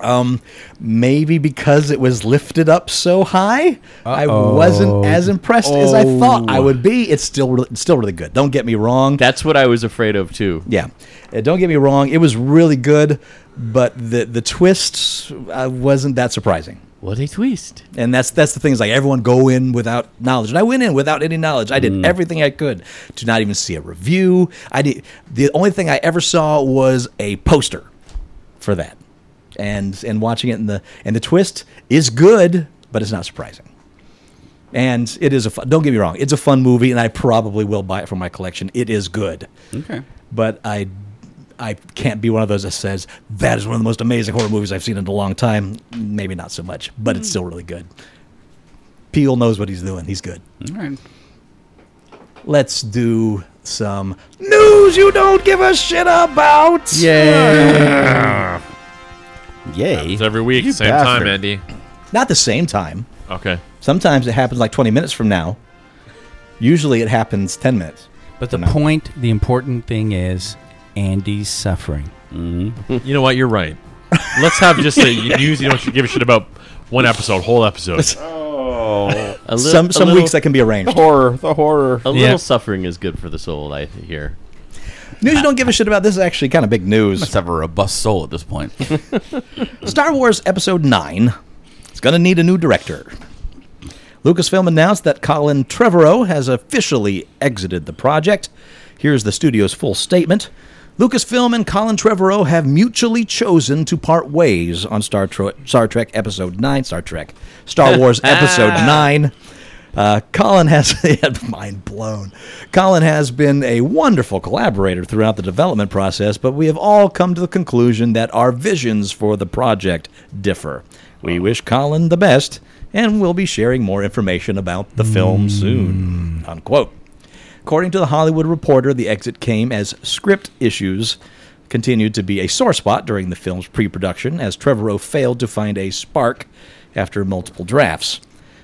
Um, maybe because it was lifted up so high, I wasn't as impressed as I thought I would be. It's still really, it's still really good. Don't get me wrong.
That's what I was afraid of too.
Yeah, Uh, don't get me wrong. It was really good, but the the twists uh, wasn't that surprising.
What a twist.
And that's that's the thing is like everyone go in without knowledge, and I went in without any knowledge. I did everything I could to not even see a review. I did the only thing I ever saw was a poster for that, and and watching it in the and the twist is good, but it's not surprising. And it is a fun, don't get me wrong, it's a fun movie, and I probably will buy it for my collection. It is good
Okay.
but I I can't be one of those that says that is one of the most amazing horror movies I've seen in a long time. Maybe not so much, but
Hmm.
it's still really good. Peel knows what he's doing. He's good.
All right.
Let's do some news you don't give a shit about.
Yay.
It's every week, same time,
bastard.
Andy.
Not the same time.
Okay.
Sometimes it happens like 20 minutes from now. Usually it happens 10 minutes.
But the
No.
point, the important thing is Andy's suffering.
You know what? You're right. Let's have just a news you don't give a shit about one episode, whole episode.
A lit-
some
a
some
little-
weeks that can be arranged.
Horror. The horror.
a
Yeah.
little suffering is good for the soul. I hear.
News you don't give a shit about. This is actually kind of big news.
Must have a robust soul at this point.
Star Wars Episode 9 is going to need a new director. Lucasfilm announced that Colin Trevorrow has officially exited the project. Here's the studio's full statement. Lucasfilm and Colin Trevorrow have mutually chosen to part ways on Star, Tro- Star Trek Episode 9, Star Trek, Star Wars Episode 9. Uh, Colin has mind blown. Colin has been a wonderful collaborator throughout the development process, but we have all come to the conclusion that our visions for the project differ. We wish Colin the best, and we'll be sharing more information about the film soon. Unquote. According to the Hollywood Reporter, the exit came as script issues continued to be a sore spot during the film's pre-production, as Trevorrow failed to find a spark after multiple drafts.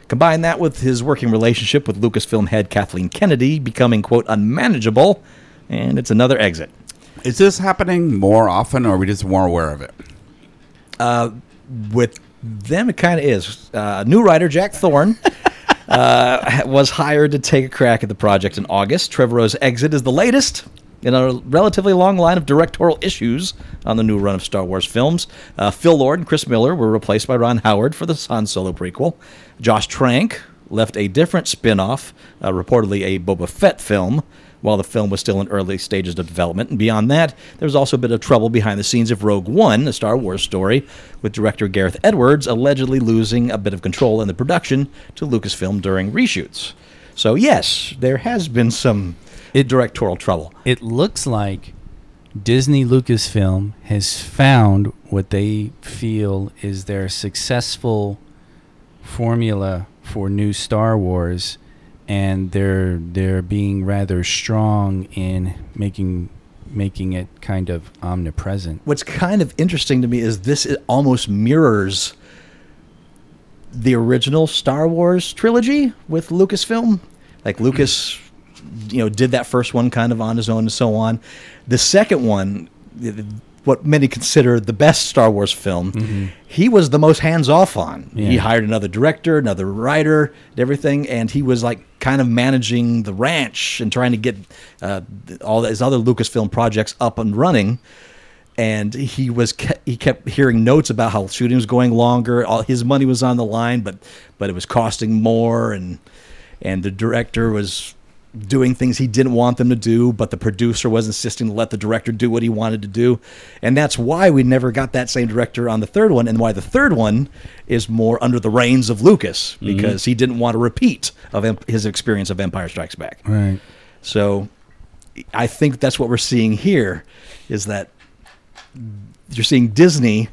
Combine that with his working relationship with Lucasfilm head Kathleen Kennedy becoming, quote, unmanageable, and it's another exit.
Is this happening more often, or are we just more aware of it?
with them it kind of is uh, new writer jack thorne uh, was hired to take a crack at the project in august trevorrow's exit is the latest in a relatively long line of directorial issues on the new run of Star Wars films, uh, Phil Lord and Chris Miller were replaced by Ron Howard for the Han Solo prequel. Josh Trank left a different spin off, uh, reportedly a Boba Fett film, while the film was still in early stages of development. And beyond that, there was also a bit of trouble behind the scenes of Rogue One, a Star Wars story, with director Gareth Edwards allegedly losing a bit of control in the production to Lucasfilm during reshoots. So, yes, there has been some directorial trouble.
It looks like Disney Lucasfilm has found what they feel is their successful formula for new Star Wars and they're they're being rather strong in making making it kind of omnipresent.
what's kind of interesting to me is this i- almost mirrors the original Star Wars trilogy with Lucasfilm. Like Lucas, you know, did that first one kind of on his own and so on. The second one, th- th- what many consider the best Star Wars film, he was the most hands off on. He
Yeah.
hired another director, another writer, and everything, and he was like kind of managing the ranch and trying to get uh, th- all his other Lucasfilm projects up and running and he was ke- he kept hearing notes about how shooting was going longer. All his money was on the line, but but it was costing more, and and the director was doing things he didn't want them to do, but the producer was insisting to let the director do what he wanted to do, and that's why we never got that same director on the third one, and why the third one is more under the reins of Lucas because he didn't want to repeat of em- his experience of Empire Strikes Back.
Right.
So I think that's what we're seeing here is that you're seeing Disney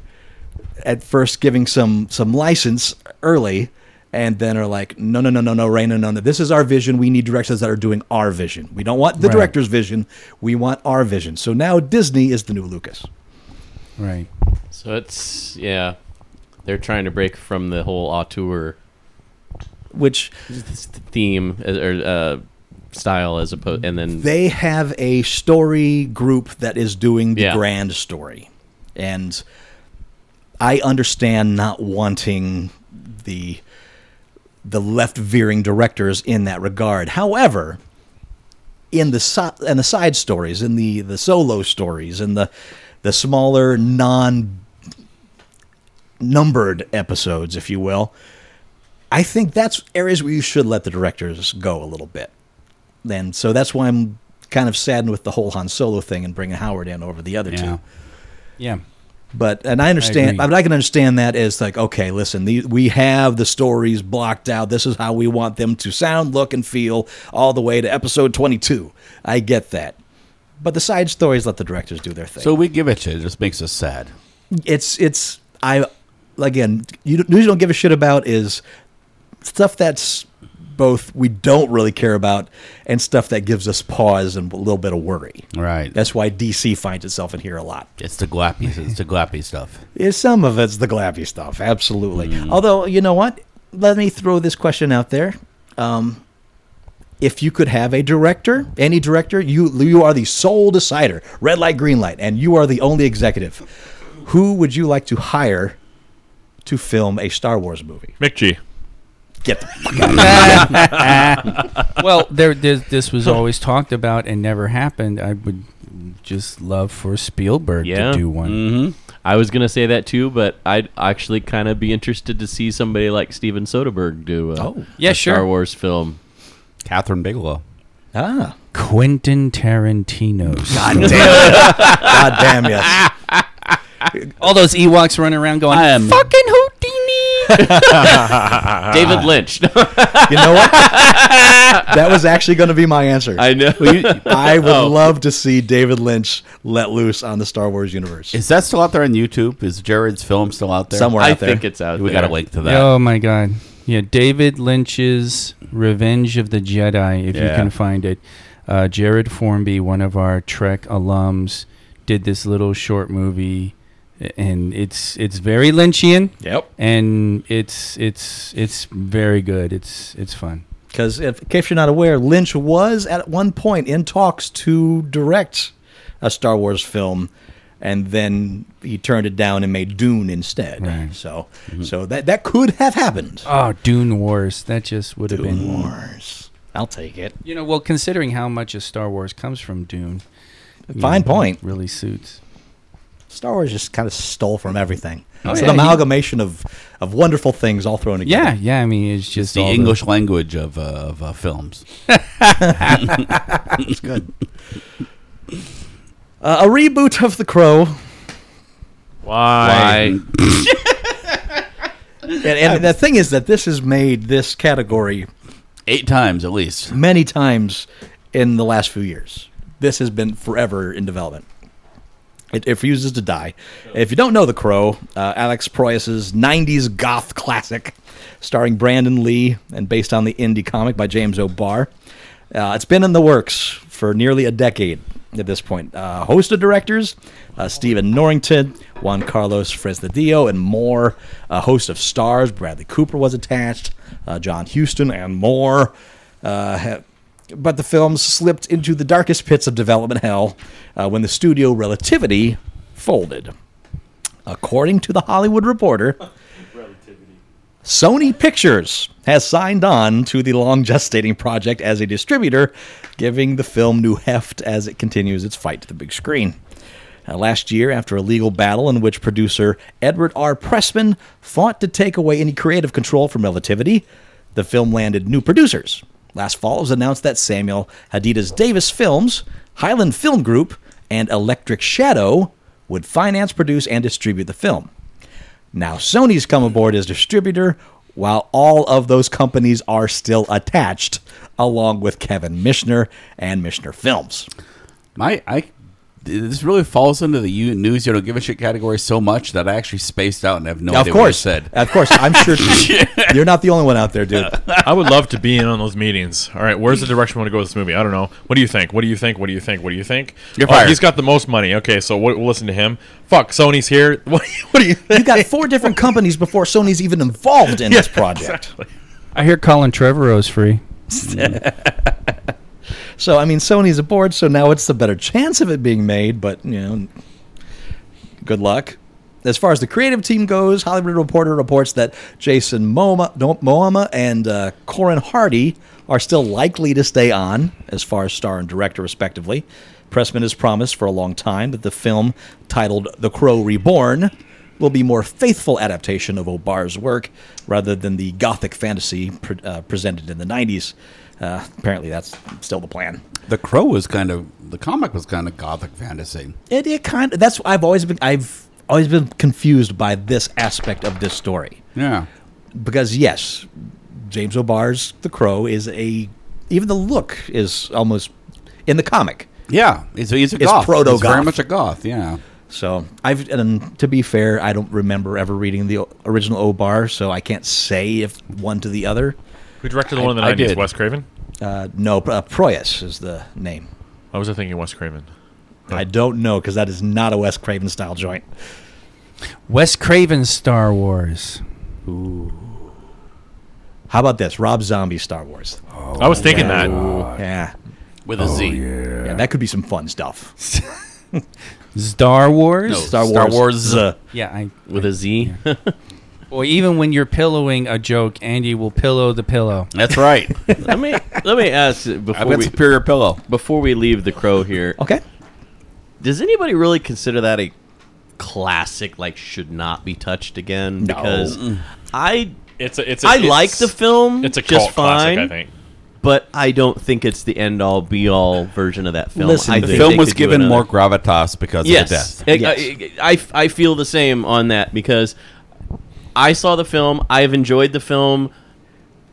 at first giving some some license early and then are like no no no no no Raina no no this is our vision we need directors that are doing our vision we don't want the
Right.
director's vision we want our vision so now Disney is the new Lucas
Right.
So it's yeah, they're trying to break from the whole auteur
which
theme uh, or uh, style as opposed, and then
they have a story group that is doing the
Yeah.
grand story and i understand not wanting the the left veering directors in that regard however in the si- and the side stories in the the solo stories in the the smaller non numbered episodes if you will i think that's areas where you should let the directors go a little bit and so that's why I'm kind of saddened with the whole Han Solo thing and bringing Howard in over the other two.
Yeah.
But and I understand,
agree.
I, mean, I can understand that as like, okay, listen, the, we have the stories blocked out. This is how we want them to sound, look, and feel all the way to episode 22. I get that, but the side stories let the directors do their thing.
So we give it to. you, It just makes us sad.
it's it's I again you don't- news you don't give a shit about is stuff that's both we don't really care about and stuff that gives us pause and a little bit of worry.
Right.
That's why DC finds itself in here a lot.
it's the glappy. It's the glappy stuff.
Is some of it's the glappy stuff, absolutely. Although you know what, let me throw this question out there. Um, if you could have a director, any director, you you are the sole decider, red light, green light, and you are the only executive. Who would you like to hire to film a Star Wars movie?
Mick G.
Get the fuck out.
well, there, this, this was always talked about and never happened. I would just love for Spielberg
yeah,
to do one.
hmm I was gonna say that too, but I'd actually kind of be interested to see somebody like Steven Soderbergh do a,
Oh.
Yeah,
a
sure.
Star Wars film.
Catherine Bigelow.
Ah,
Quentin Tarantino's.
God damn it! God damn yes.
All those Ewoks running around going,
I am-
fucking Houdini.
Ah.
David Lynch.
You know what? that was actually going to be my answer.
I know.
I would love to see David Lynch let loose on the Star Wars universe.
Is that still out there on YouTube? Is Jared's film still out there?
Somewhere
I
out there.
think it's out.
We
there.
got a link to that.
oh, my God. Yeah, David Lynch's Revenge of the Jedi, if you
Yeah.
can find it. Uh, Jared Formby, one of our Trek alums, did this little short movie, and it's it's very Lynchian.
Yep.
and it's it's it's very good. It's it's fun.
Because, in case you're not aware, Lynch was at one point in talks to direct a Star Wars film, and then he turned it down and made Dune instead. So,
Mm-hmm.
so that that could have happened.
Oh, Dune Wars. That just would have been.
Wars. I'll take it.
You know, well, considering how much of Star Wars comes from Dune, you
Fine
know,
point.
Really suits.
Star Wars just kind of stole from everything.
Oh,
it's
yeah,
an
he-
amalgamation of, of wonderful things all thrown
Yeah,
together.
yeah. I mean, it's just
It's the
all
English language of, uh, of uh, films.
it's good. Uh, a reboot of The Crow,
Why?
and, and the thing is that this has made this category
Eight times at least.
many times in the last few years. This has been forever in development. It, it refuses to die. If you don't know The Crow, uh, Alex Proyas's 90s goth classic, starring Brandon Lee and based on the indie comic by James O'Barr, uh, it's been in the works for nearly a decade at this point. Uh, host of directors, uh, Stephen Norrington, Juan Carlos Fresnadillo, and more. A host of stars, Bradley Cooper was attached, uh, John Huston, and more. Uh, ha- but the film slipped into the darkest pits of development hell uh, when the studio Relativity folded. According to the Hollywood Reporter, Sony Pictures has signed on to the long gestating project as a distributor, giving the film new heft as it continues its fight to the big screen. Uh, last year, after a legal battle in which producer Edward R. Pressman fought to take away any creative control from Relativity, the film landed new producers. Last fall, it was announced that Samuel Hadida's Davis Films, Highland Film Group, and Electric Shadow would finance, produce, and distribute the film. Now Sony's come aboard as distributor, while all of those companies are still attached, along with Kevin Mishner and Mishner Films.
My, I, this really falls into the you news you don't give a shit category so much that I actually spaced out and have no
Now, of
idea what I
course,
said.
of course, I'm sure you're not the only one out there, dude.
I would love to be in on those meetings. All right, where's the direction we want to go with this movie? I don't know. What do you think? What do you think? What do you think? What do you think?
You're
Oh,
fired.
he's got the most money. Okay, so what, we'll listen to him. Fuck, Sony's here. What, what do
You
you think?
got four different companies before Sony's even involved in this project.
I hear Colin Trevorrow's free.
So I mean, Sony's aboard, so now it's the better chance of it being made. But you know, good luck. As far as the creative team goes, Hollywood Reporter reports that Jason Momoa, no, Momoa and uh, Corin Hardy are still likely to stay on as far as star and director, respectively. Pressman has promised for a long time that the film titled The Crow Reborn will be more faithful adaptation of Obar's work rather than the gothic fantasy pre- uh, presented in the 90s. Uh, apparently, that's still the plan.
The Crow was kind of, the comic was kind of gothic fantasy.
It, it kind of that's I've always been I've always been confused by this aspect of this story
Yeah.
because yes, James O'Barr's The Crow is a even the look is almost in the comic.
Yeah. It's, it's a
It's
goth. It's very
proto-goth.
much a goth, yeah.
So I've and to be fair, I don't remember ever reading the o- original O'Barr, so I can't say if one to the other.
Who directed the one in the
I
90s?
did.
Wes Craven?
Uh, no, uh, Proyas is the name.
Why was I thinking Wes Craven?
I don't know because that is not a Wes Craven style joint.
Wes Craven's Star Wars.
How about this? Rob Zombie Star Wars.
I was thinking that.
Yeah.
With a Z.
Oh, yeah, that could be some fun stuff.
Star Wars.
No.
Oh, Star Wars.
Star Wars.
Uh,
Yeah, I.
with a Z.
Or even when you're pillowing a joke, Andy will pillow the pillow.
That's right.
let me let me ask before
I've got
we
superior pillow.
before we leave the crow here.
okay.
Does anybody really consider that a classic? Like, should not be touched again?
No. Mm.
Because I
It's a, it's a,
I
it's-
like the film.
It's a
just
cult classic,
fine,
I think.
but I don't think it's the end all be all version of that film.
Listen,
I
the
The
think
film
they
was
could do
given
another-
more gravitas because of the
Yes,
death.
I-
Yes.
I, I- I feel the same on that because I saw the film. I've enjoyed the film.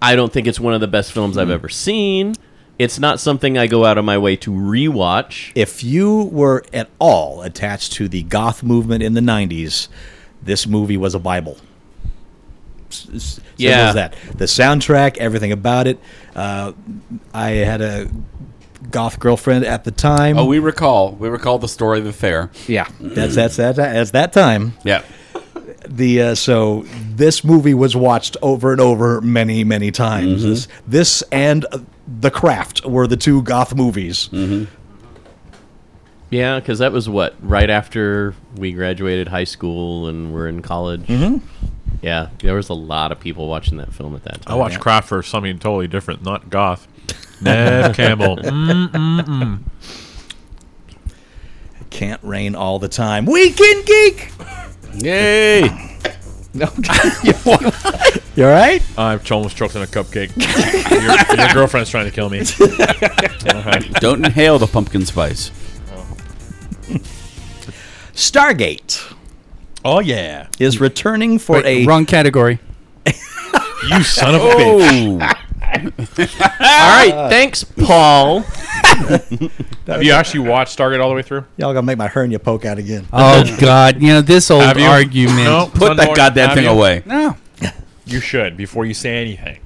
I don't think it's one of the best films
Mm-hmm.
I've ever seen. It's not something I go out of my way to rewatch.
If you were at all attached to the goth movement in the 90s, this movie was a Bible. S- s- simple
Yeah.
as that. The soundtrack, everything about it. Uh, I had a goth girlfriend at the time.
Oh, we recall. We recall the story of the fair.
yeah. That's, that's, that's, that's that time.
Yeah.
the uh, so this movie was watched over and over many many times this, this and uh, the craft were the two goth movies
Yeah, because that was what right after we graduated high school and were in college.
Mm-hmm.
Yeah, there was a lot of people watching that film at that
I
Oh,
time.
watched Craft for something totally different, not goth. Nev Campbell. Mm, mm, mm.
Can't rain all the time. Weekend geek.
Yay!
No, you all right?
I've almost choked on a cupcake. your, your girlfriend's trying to kill me. Okay.
Don't inhale the pumpkin spice.
Stargate
Oh yeah,
is returning for a
wrong category.
you son of
Oh!
a
Oh.
bitch.
All right, thanks, Paul.
Have you actually watched Stargate all the way through?
Y'all gonna make my hernia poke out again.
Oh God! You know this old
Have you?
argument.
No.
Put that
Sunlord,
goddamn
have
thing
you?
away.
No,
You should before you say anything.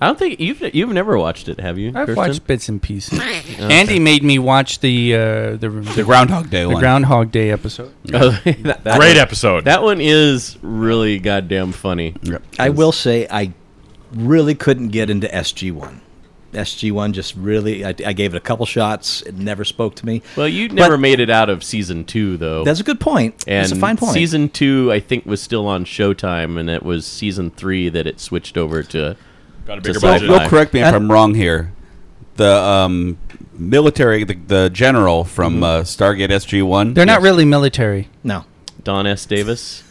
I don't think you've you've never watched it, have you?
I've
Kirsten?
watched bits and pieces. Andy made me watch the uh,
The
the, the,
Groundhog Day one.
Groundhog Day episode.
Oh, that, that
Great
one,
episode.
That one is really goddamn funny.
Yep.
I will say I really couldn't get into SG1. SG1 just really, I, I gave it a couple shots. It never spoke to me.
Well, you never made it out of season two, though.
That's a good point.
and
That's a fine point.
Season two, I think, was still on Showtime, and it was season three that it switched over to.
Got a bigger
Just like-
budget.
Well,
You'll correct me if I'm wrong here. The um, military, the, the general from uh, Stargate SG One.
They're not really military.
no.
Don S. Davis,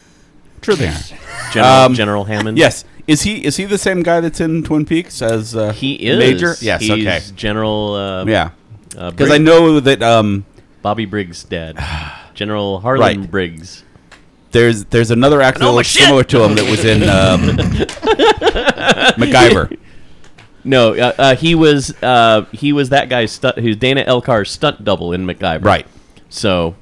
True there.
General,
Um,
General Hammond.
Yes. Is he is he the same guy that's in Twin Peaks as uh,
he is
Major? Yes.
He's
okay.
General. Uh,
Yeah.
uh,
Because I
Briggs-
know that um,
Bobby Briggs' dad, General Harlan
Right.
Briggs.
there's there's another actor that looks similar to him that was in um, MacGyver.
No, uh, uh, he was uh, he was that guy's stunt. Who's Dana Elkar's stunt double in MacGyver?
Right.
So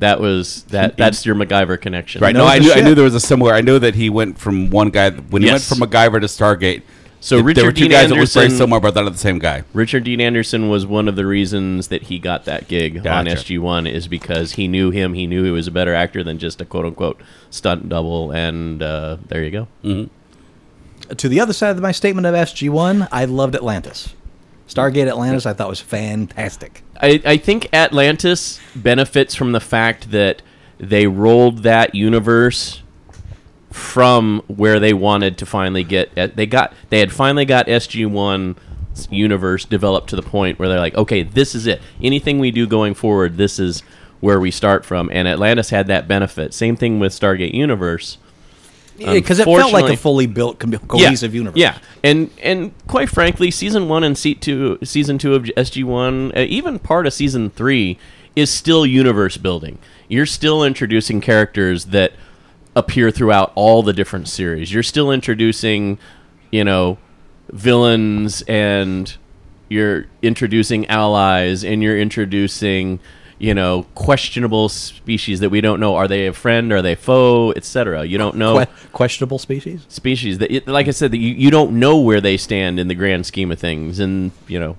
that was that. That's your MacGyver connection.
Right. No,
knows
I
the
knew I
shit.
knew there was a similar. I know that he went from one guy when he went
Yes.
from MacGyver to Stargate.
So
th- there were
Richard
two
Dean
guys that looked very
Anderson-
similar, but they're not the same guy.
Richard Dean Anderson was one of the reasons that he got that gig on
Gotcha.
SG One is because he knew him. He knew he was a better actor than just a quote unquote stunt double. And uh, there you go.
To the other side of my statement of SG1, I loved Atlantis. Stargate Atlantis, I thought was fantastic.
I, I think Atlantis benefits from the fact that they rolled that universe from where they wanted to finally get at, they got they had finally got SG1 's universe developed to the point where they're like okay this is it anything we do going forward this is where we start from and Atlantis had that benefit same thing with Stargate Universe
Because it felt like
Unfortunately-
a fully built, com- cohesive universe.
yeah, and and quite frankly, season one and seat two, season two of SG one, uh, even part of season three, is still universe building. You're still introducing characters that appear throughout all the different series. You're still introducing, you know, villains and you're introducing allies and you're introducing you know questionable species that we don't know are they a friend are they foe etc you don't know
Que- questionable species?
species that it- like i said that you, you don't know where they stand in the grand scheme of things and you know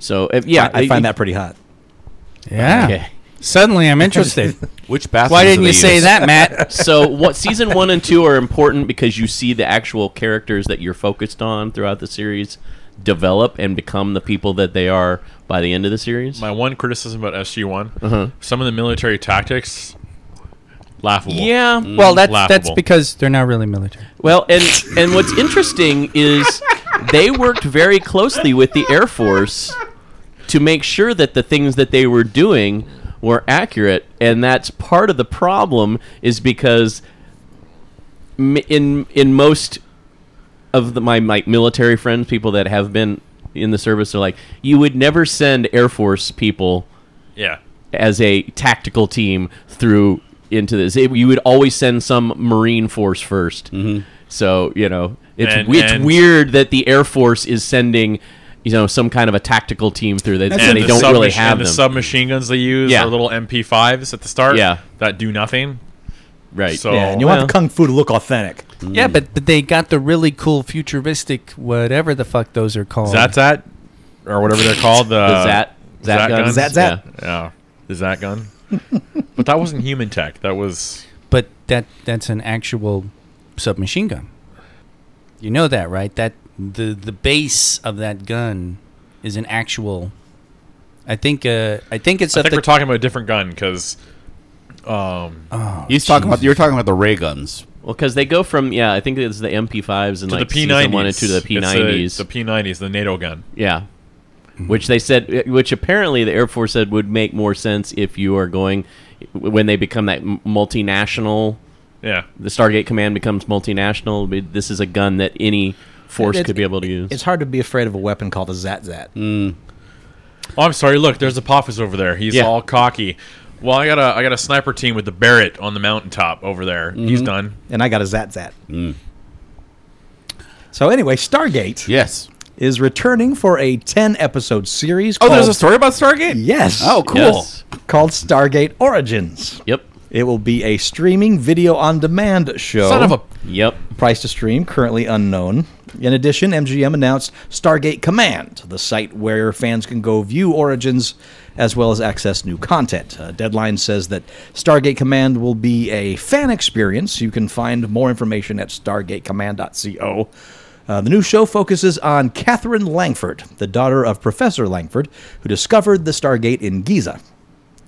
so uh, yeah
I, I find that pretty hot.
Yeah.
okay
Suddenly, I'm interested.
Which bathroom?
Why didn't you say that, Matt?
so what season one and two are important because you see the actual characters that you're focused on throughout the series develop and become the people that they are by the end of the series
My one criticism about SG One:
Uh-huh.
some of the military tactics laughable.
yeah
Well, that's that's
Mm, Laughable.
because they're not really military.
Well, and and what's interesting is they worked very closely with the Air Force to make sure that the things that they were doing were accurate, and that's part of the problem is because m- in in most of the, my my military friends, people that have been in the service are like, you would never send Air Force people
yeah.
as a tactical team through into this. It- you would always send some Marine force 1st So you know it's
And-
it's
and-
weird that the Air Force is sending you know some kind of a tactical team through that and they
the
don't really
submachi-
have
and the
them.
submachine guns they use
Yeah.
are little MP5s at the start.
Yeah.
that do nothing.
right.
So
Yeah, and you
well.
want the kung fu to look authentic.
Mm.
Yeah, but, but they got the really cool futuristic whatever the fuck those are called.
Zat Zat or whatever they're called. The,
Oh. the Zat Zat,
Zat
guns.
guns?
Zat Zat.
Yeah.
Yeah, the Zat gun. but that wasn't human tech. That was
but that that's an actual submachine gun. You know that, right? That the the base of that gun is an actual I think uh, I think it's
I
at
think
the
we're talking about a different gun because um,
He's talking about you're talking about the ray guns.
Well, because they go from yeah, I think it's the MP5s and
to
like
the P90s.
season one and to the
It's
P90s.
The P90s, the NATO gun.
yeah, which they said, eh, which apparently the Air Force said would make more sense if you are going when they become that m- multinational.
Yeah.
The Stargate Command becomes multinational. but This is a gun that any force
It's-
could be able to use.
It's hard to be afraid of a weapon called a Zat Zat.
Mm.
Oh, I'm sorry. Look, there's Apophis over there. He's
Yeah.
all cocky. Well, I got a I got a sniper team with the Barrett on the mountaintop over there.
Mm-hmm.
He's done.
And I got a Zat Zat.
Mm.
So, anyway, Stargate
Yes.
is returning for a 10 episode series.
Oh, there's
called-
a story about Stargate.
Yes.
Oh, cool.
Yes.
Called Stargate Origins.
Yep.
It will be a streaming video on demand show.
Son of a
Yep.
Price to stream, currently unknown. In addition, MGM announced Stargate Command, the site where fans can go view Origins as well as access new content. Uh, Deadline says that Stargate Command will be a fan experience. You can find more information at stargatecommand.co. Uh, the new show focuses on Catherine Langford, the daughter of Professor Langford, who discovered the Stargate in Giza.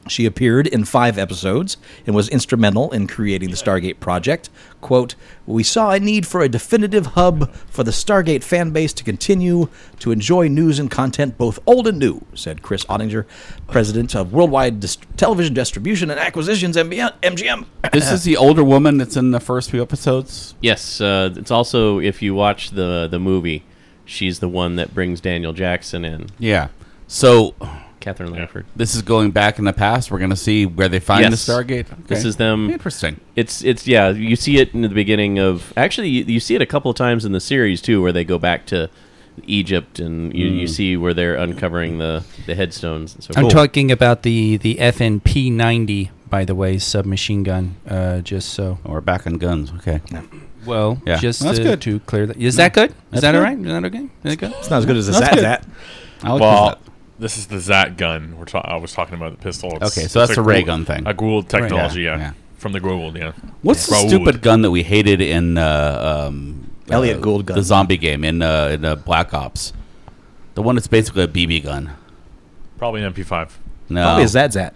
She appeared in five episodes and was instrumental in creating the Stargate project. Quote, We saw a need for a definitive hub for the Stargate fan base to continue to enjoy news and content both old and new, said Chris Ottinger, president of Worldwide Dis- Television Distribution and Acquisitions, MBN- MGM.
This is the older woman that's in the first few episodes.
Yes. Uh, it's also if you watch the the movie, she's the one that brings Daniel Jackson in.
Yeah. So
Catherine Langford.
this is going back in the past. We're going to see where they find
Yes.
the Stargate.
This
Okay.
is them
Interesting.
It's it's yeah. You see it in the beginning of actually you, you see it a couple of times in the series too, where they go back to Egypt and you, you see where they're uncovering the the headstones and so
I'm
forth.
talking about the the FNP ninety, by the way, submachine gun. Uh, just so
Oh, we're back on guns. Okay.
well,
Yeah.
just
That's
to,
good. Mm.
to clear that. Is that good? Is
That's
that all
good.
right? Is that okay? Is that good?
It's not as good as a
That's
Zat
good.
Zat.
I like
well.
that.
This is the Zat gun. We're ta- I was talking about the pistol. It's-
Okay, so
it's
that's
a
the ray
Gould-
gun thing.
A Gould technology,
Yeah,
yeah,
yeah.
from the Gould, yeah.
What's the
Raoul.
stupid gun that we hated in uh, um,
Elliot
uh,
Gould gun.
the zombie game in uh, in uh, Black Ops? The one that's basically a BB gun.
Probably an MP5.
No,
Probably a Zat Zat.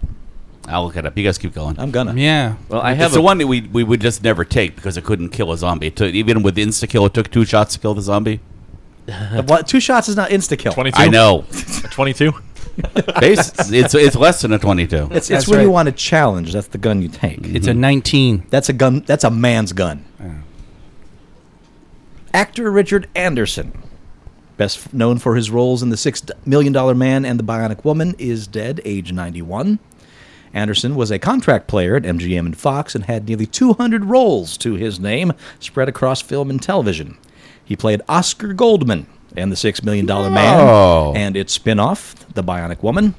I'll look it up. You guys keep going.
I'm gonna.
Yeah.
well, I
it's
have
the
a,
one that we, we would just never take because it couldn't kill a zombie. It took, even with insta kill, it took two shots to kill the zombie.
What, two shots is not insta kill.
22?
I know.
A 22?
Base, it's it's less than a twenty-two.
It's, it's
That's
when you
right.
want to challenge. That's the gun you take.
It's a
Mm-hmm.
19.
That's a gun. That's a man's gun. Actor Richard Anderson, best f- known for his roles in The Six D- Million Dollar Man and The Bionic Woman, is dead, age 91. Anderson was a contract player at MGM and Fox and had nearly 200 roles to his name spread across film and television. He played Oscar Goldman in The Six Million Dollar
Oh.
Man and its spin off, The Bionic Woman.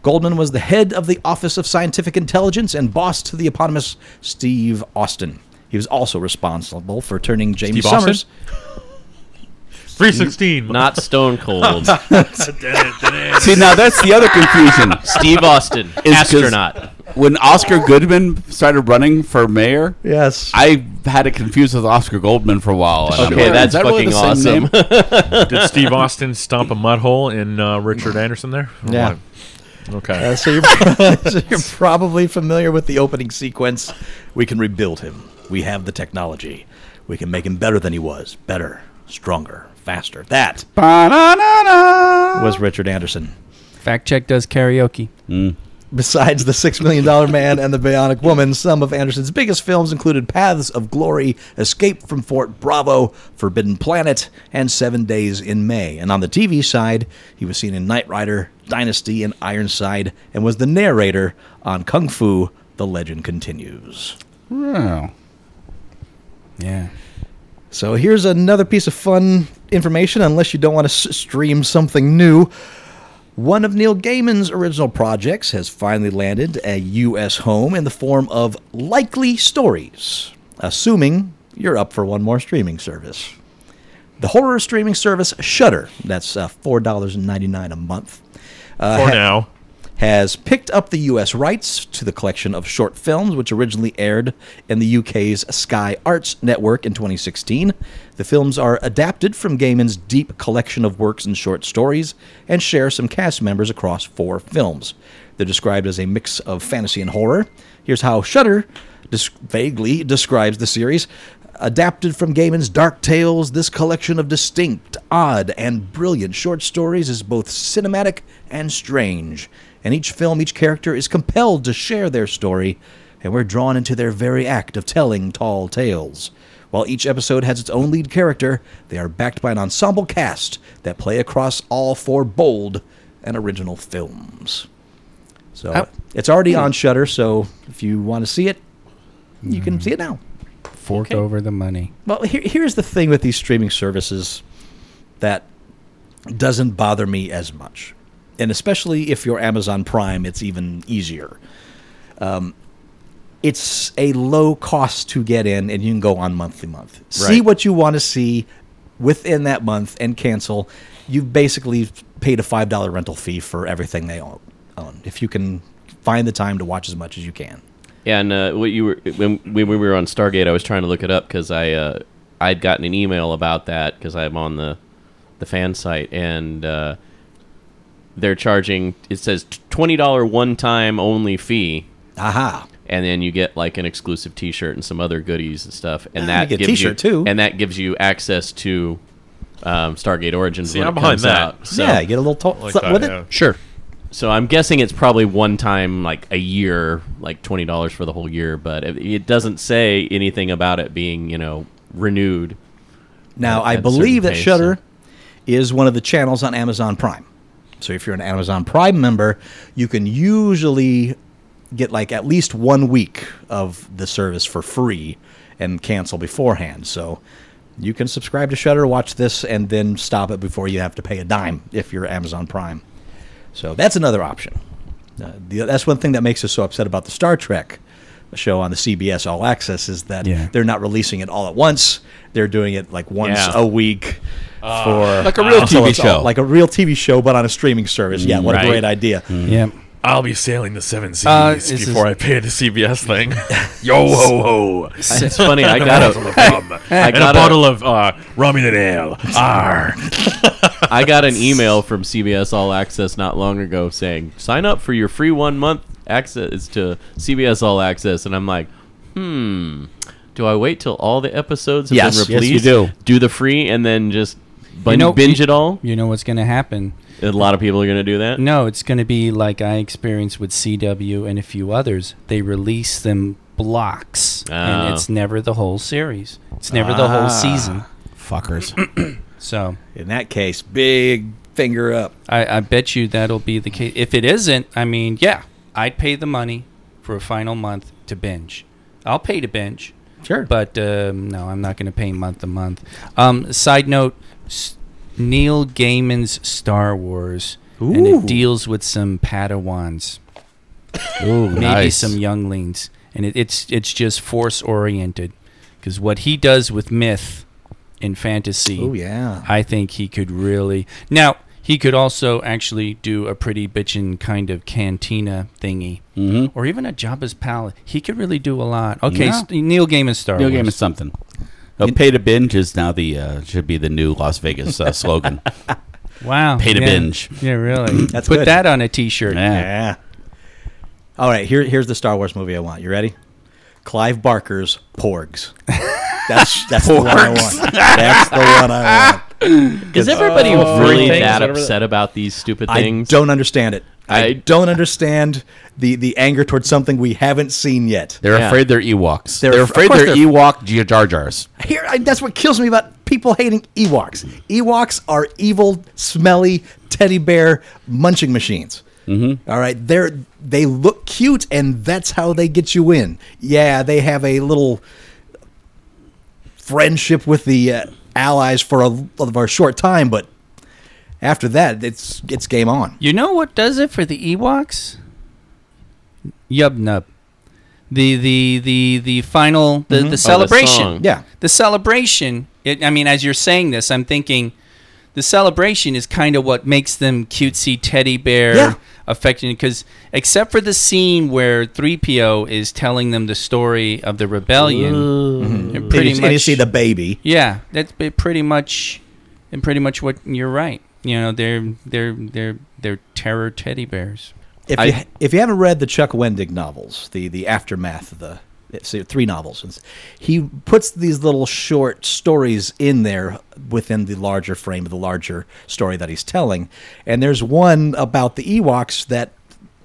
Goldman was the head of the Office of Scientific Intelligence and boss to the eponymous Steve Austin. He was also responsible for turning Jamie
Steve Austin?
Summers.
316.
not Stone Cold.
See, now that's the other confusion.
Steve Austin,
It's 'cause-
astronaut.
When Oscar Goodman started running for mayor,
Yes.
I had it confused with Oscar Goldman for a while. and I'm
Okay,
like,
that's
is that really
fucking
the same
awesome.
name?
Did Steve Austin stomp a mud hole in uh, Richard Anderson there? Or
Yeah.
what? Okay.
Uh, so, you're, so you're probably familiar with the opening sequence. We can rebuild him. We have the technology. We can make him better than he was. Better, stronger, faster. That
Ba-na-na-na.
was Richard Anderson.
Fact check does karaoke.
Besides The Six Million Dollar Man and The Bionic Woman, some of Anderson's biggest films included Paths of Glory, Escape from Fort Bravo, Forbidden Planet, and Seven Days in May. And on the TV side, he was seen in Knight Rider, Dynasty, and Ironside, and was the narrator on Kung Fu The Legend Continues.
Oh.
Yeah.
So here's another piece of fun information, unless you don't want to s- stream something new. One of Neil Gaiman's original projects has finally landed a U.S. home in the form of Likely Stories, assuming you're up for one more streaming service. The horror streaming service Shudder, that's uh, $4.99 a month,
For now.
has picked up the U.S. rights to the collection of short films, which originally aired in the UK's Sky Arts Network in 2016. The films are adapted from Gaiman's deep collection of works and short stories and share some cast members across four films. They're described as a mix of fantasy and horror. Here's how Shudder des- vaguely describes the series. Adapted from Gaiman's Dark Tales, this collection of distinct, odd, and brilliant short stories is both cinematic and strange. In each film, each character is compelled to share their story, and we're drawn into their very act of telling tall tales. While each episode has its own lead character, they are backed by an ensemble cast that play across all four bold and original films. So
Oh.
it's already on Shutter. So if you want to see it, you can see it now.
Fork over the money.
Well, here, here's the thing with these streaming services that doesn't bother me as much, and especially if you're Amazon Prime, it's even easier. Um, it's a low cost to get in, and you can go on monthly month. See
Right.
what you want to see within that month and cancel. You've basically paid a five dollar rental fee for everything they own. own, If you can find the time to watch as much as you can,
Yeah, and uh, what you were when, when we were on Stargate, I was trying to look it up because I uh, I'd gotten an email about that because I'm on the the fan site and uh, they're charging. It says twenty dollar one time only fee,
aha.
and then you get like an exclusive T-shirt and some other goodies and stuff. And
Ah, you
that
get
gives
T-shirt,
you
too.
and that gives you access to um, Stargate Origins.
See,
when
I'm
it
behind
comes
that.
Out. So,
yeah, you get a little to-
Like
flip
that,
with it.
yeah.
Sure.
So I'm guessing it's probably one time, like a year, like twenty dollars for the whole year. But it, it doesn't say anything about it being, you know, renewed.
Now,
at-
I
at
believe
certain
that
pace,
Shudder is one of the channels on Amazon Prime. So if you're an Amazon Prime member, you can usually get like at least one week of the service for free and cancel beforehand. So you can subscribe to Shudder, watch this, and then stop it before you have to pay a dime if you're Amazon Prime. So that's another option. Uh, the, that's one thing that makes us so upset about the Star Trek show on the CBS All Access is that
Yeah.
they're not releasing it all at once. They're doing it like once
Yeah.
a week for
Uh, Like a real
until
TV
it's all-
show.
like a real TV show, but on a streaming service. Yeah, what
Right.
a great idea!
Mm.
Yeah.
I'll be sailing the seven seas
Uh, is this-
before I pay the CBS thing. Yo ho ho!
It's funny. I got
Bottle
a,
of rum
I
and a
got
bottle
a,
of uh, rum and an ale. R.
I got an email from CBS All Access not long ago saying sign up for your free one month access to CBS All Access, and I'm like, hmm, do I wait till all the episodes have
Yes. Yes,
been
you
released?
do.
Do the free and then just. bun-
You know-
binge it all.
You know what's going to happen?
A lot of people are going to do that.
No, it's going to be like I experienced with CW and a few others. They release them blocks,
Ah.
and it's never the whole series. It's never the whole season.
Fuckers.
So
In that case, big finger up.
I, I bet you that'll be the case. If it isn't, I mean, yeah, I'd pay the money for a final month to binge. I'll pay to binge,
Sure, but
but um, no, I'm not going to pay month to month. Um, side note: S- Neil Gaiman's Star Wars, and
Ooh.
it deals with some Padawans.
Ooh,
maybe some younglings, and it, it's it's just force oriented, because what he does with myth and fantasy,
oh yeah,
I think he could really now he could also actually do a pretty bitchin' kind of cantina thingy,
Mm-hmm.
or even a Jabba's palace. He could really do a lot. Okay,
Yeah.
s- Neil Gaiman Star
Video
Wars.
game is something. Uh, pay to binge is now the uh, should be the new Las Vegas uh, slogan.
Wow,
Pay to
yeah.
binge.
Yeah, really.
That's
Put
good.
that on a T-shirt.
Yeah.
yeah. All right, here here's the Star Wars movie I want. You ready? Clive Barker's Porgs. That's that's the one I want. That's the one I want.
Is everybody
free
really
things,
that
whatever
upset about these stupid things?
I don't understand it. I,
I-
don't understand the the anger towards something we haven't seen yet.
They're
Yeah.
afraid they're Ewoks.
They're
They're,
af- of
afraid
course
they're,
they're-
Ewok G- Jar Jars.
Here, I, that's what kills me about people hating Ewoks. Ewoks are evil, smelly teddy bear munching machines. Mm-hmm. right, they're they look cute, and that's how they get you in. Yeah, they have a little friendship with the uh, allies for a, for a short time, but after that, it's it's game on.
You know what does it for the Ewoks? Yub nub. The the the the final the,
Mm-hmm.
the celebration.
song.
Yeah.
The celebration. It, I mean, as you're saying this, I'm thinking the celebration is kind of what makes them cutesy teddy bear.
Yeah.
affecting because except for the scene where 3PO is telling them the story of the rebellion,
Pretty
and
Mm-hmm.
pretty
and
much
you see the baby.
yeah, that's be- pretty much and pretty much what you're right. You know, they're they're they're they're terror teddy bears.
If
I-
you if you haven't read the Chuck Wendig novels, the the aftermath of the it's uh, three novels, It's- he puts these little short stories in there within the larger frame of the larger story that he's telling, and there's one about the Ewoks that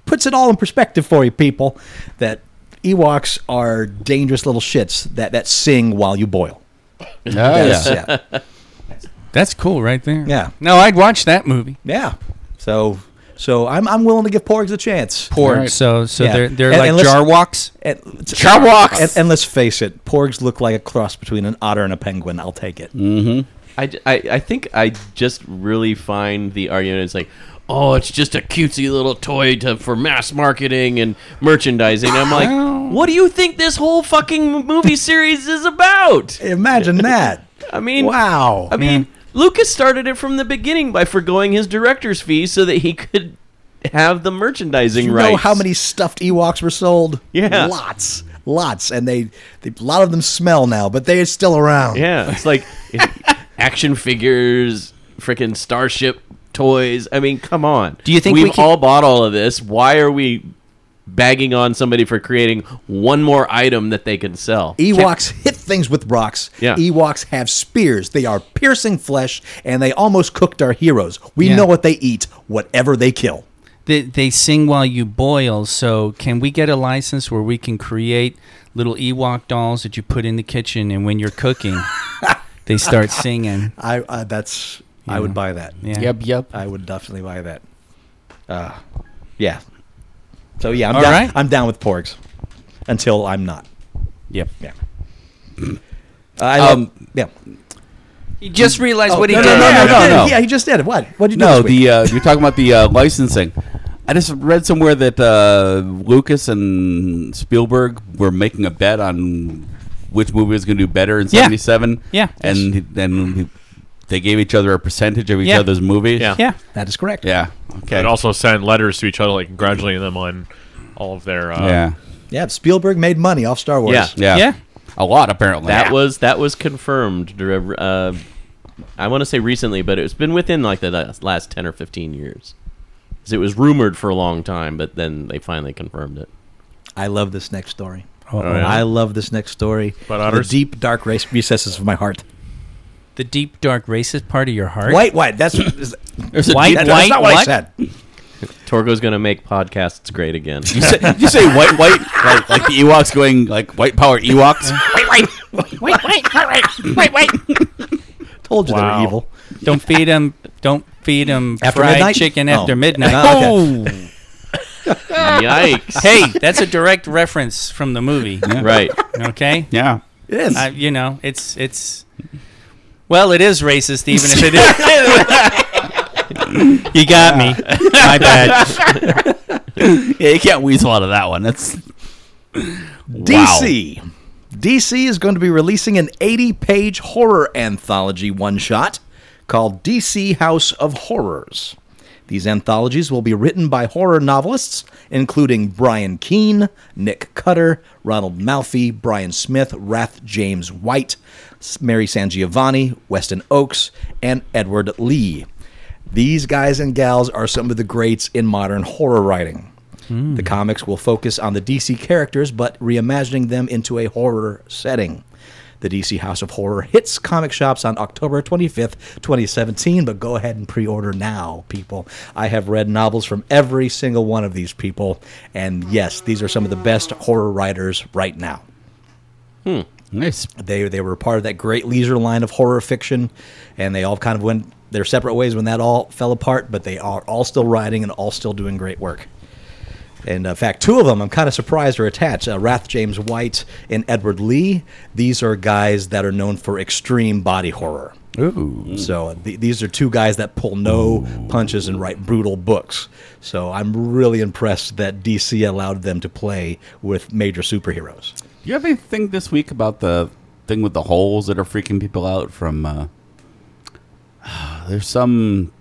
puts it all in perspective for you people. That Ewoks are dangerous little shits that that sing while you boil. Yes,
yeah.
yeah.
That's cool, right there.
Yeah.
No, I'd watch that movie.
Yeah. So so I'm I'm willing to give Porgs a chance.
Porgs.
Right.
So so
Yeah.
they're they're
And-
like
and let's-
jarwalks.
And,
Charwalks!
And, and let's face it, Porgs look like a cross between an otter and a penguin. I'll take it.
Mm. I, j- I- I think I just really find the argument is like, oh, it's just a cutesy little toy to, for mass marketing and merchandising. I'm
Well-
like, what do you think this whole fucking movie series is about?
Imagine that.
I mean,
wow.
I mean, Lucas started it from the beginning by forgoing his director's fee so that he could have the merchandising
you
rights.
know how many stuffed Ewoks were sold?
Yeah.
Lots. Lots. And they, they a lot of them smell now, but they're still around.
Yeah, it's like it- action figures, freaking starship toys. I mean, come on.
Do you think
we've
we can-
all bought all of this? Why are we bagging on somebody for creating one more item that they can sell?
E-
Ewoks hit things with rocks.
Yeah.
Ewoks have spears. They are piercing flesh, and they almost cooked our heroes. We
Yeah.
know what they eat, whatever they kill.
They, they sing while you boil. So can we get a license where we can create little Ewok dolls that you put in the kitchen and when you're cooking, they start singing.
I uh, that's I would buy that.
Yeah.
Yep, yep.
I would definitely buy that. Uh, yeah. So yeah, I'm
All
down,
right.
I'm down with porgs until I'm not.
Yep.
Yeah. Uh, I love-
Um,
yeah.
He just realized what he
Oh, no,
did.
no, no,
no,
no,
no, no.
Yeah, he just did it. What? What did you do?
No,
this week?
the uh, you're talking about the uh, licensing. I just read somewhere that uh, Lucas and Spielberg were making a bet on which movie was going to do better in
Yeah.
'77.
Yeah.
and then they gave each other a percentage of each
Yeah.
other's movies.
Yeah.
Yeah.
that is correct.
yeah. Okay.
And also send letters to each other, like congratulating them on all of their. Uh,
yeah,
Yeah, Spielberg made money off Star Wars.
Yeah.
yeah,
Yeah.
A lot apparently.
That
Yeah.
was that was confirmed. Uh, I want to say recently, but it's been within like the la- last ten or fifteen years. 'Cause It was rumored for a long time, but then they finally confirmed it.
I love this next story.
oh, yeah.
I love this next story.
But
the
otters?
deep dark race recesses of my heart.
The deep dark racist part of your heart.
White, white. That's is-
There's a
White-
deep-
that's not what, I
what?
said.
Torgo's gonna make podcasts great again.
You say, did you say white, white, like, like the Ewoks going like white power Ewoks.
Told you they
Wow.
were evil.
Don't feed him. Don't feed him
After
fried
midnight?
chicken
No.
after midnight.
No,
Oh.
Oh.
Yikes!
hey, that's a direct reference from the movie.
Right.
Okay.
yeah,
It is.
I, you know, it's it's. Well, it is racist, even if it is. you got me.
my bad. yeah, you can't weasel out of that one. That's
DC. DC is going to be releasing an 80 page horror anthology one shot called DC House of Horrors. These anthologies will be written by horror novelists, including Brian Keene, Nick Cutter, Ronald Malfi, Brian Smith, Rath James White, S- Mary Sangiovanni, Weston Oakes, and Edward Lee. These guys and gals are some of the greats in modern horror writing. The comics will focus on the DC characters, but reimagining them into a horror setting. The DC House of Horror hits comic shops on October 25th, 2017, but go ahead and pre order now, people. I have read novels from every single one of these people, and yes, these are some of the best horror writers right now.
nice.
They, they were part of that great leisure line of horror fiction, and they all kind of went their separate ways when that all fell apart, but they are all still writing and all still doing great work. And uh, in fact, two of them I'm kind of surprised are attached uh, Rath James White and Edward Lee. These are guys that are known for extreme body horror. Ooh. So th- these are two guys that pull no punches and write brutal books. So I'm really impressed that DC allowed them to play with major superheroes.
Do you have anything this week about the thing with the holes that are freaking people out from? Uh, there's some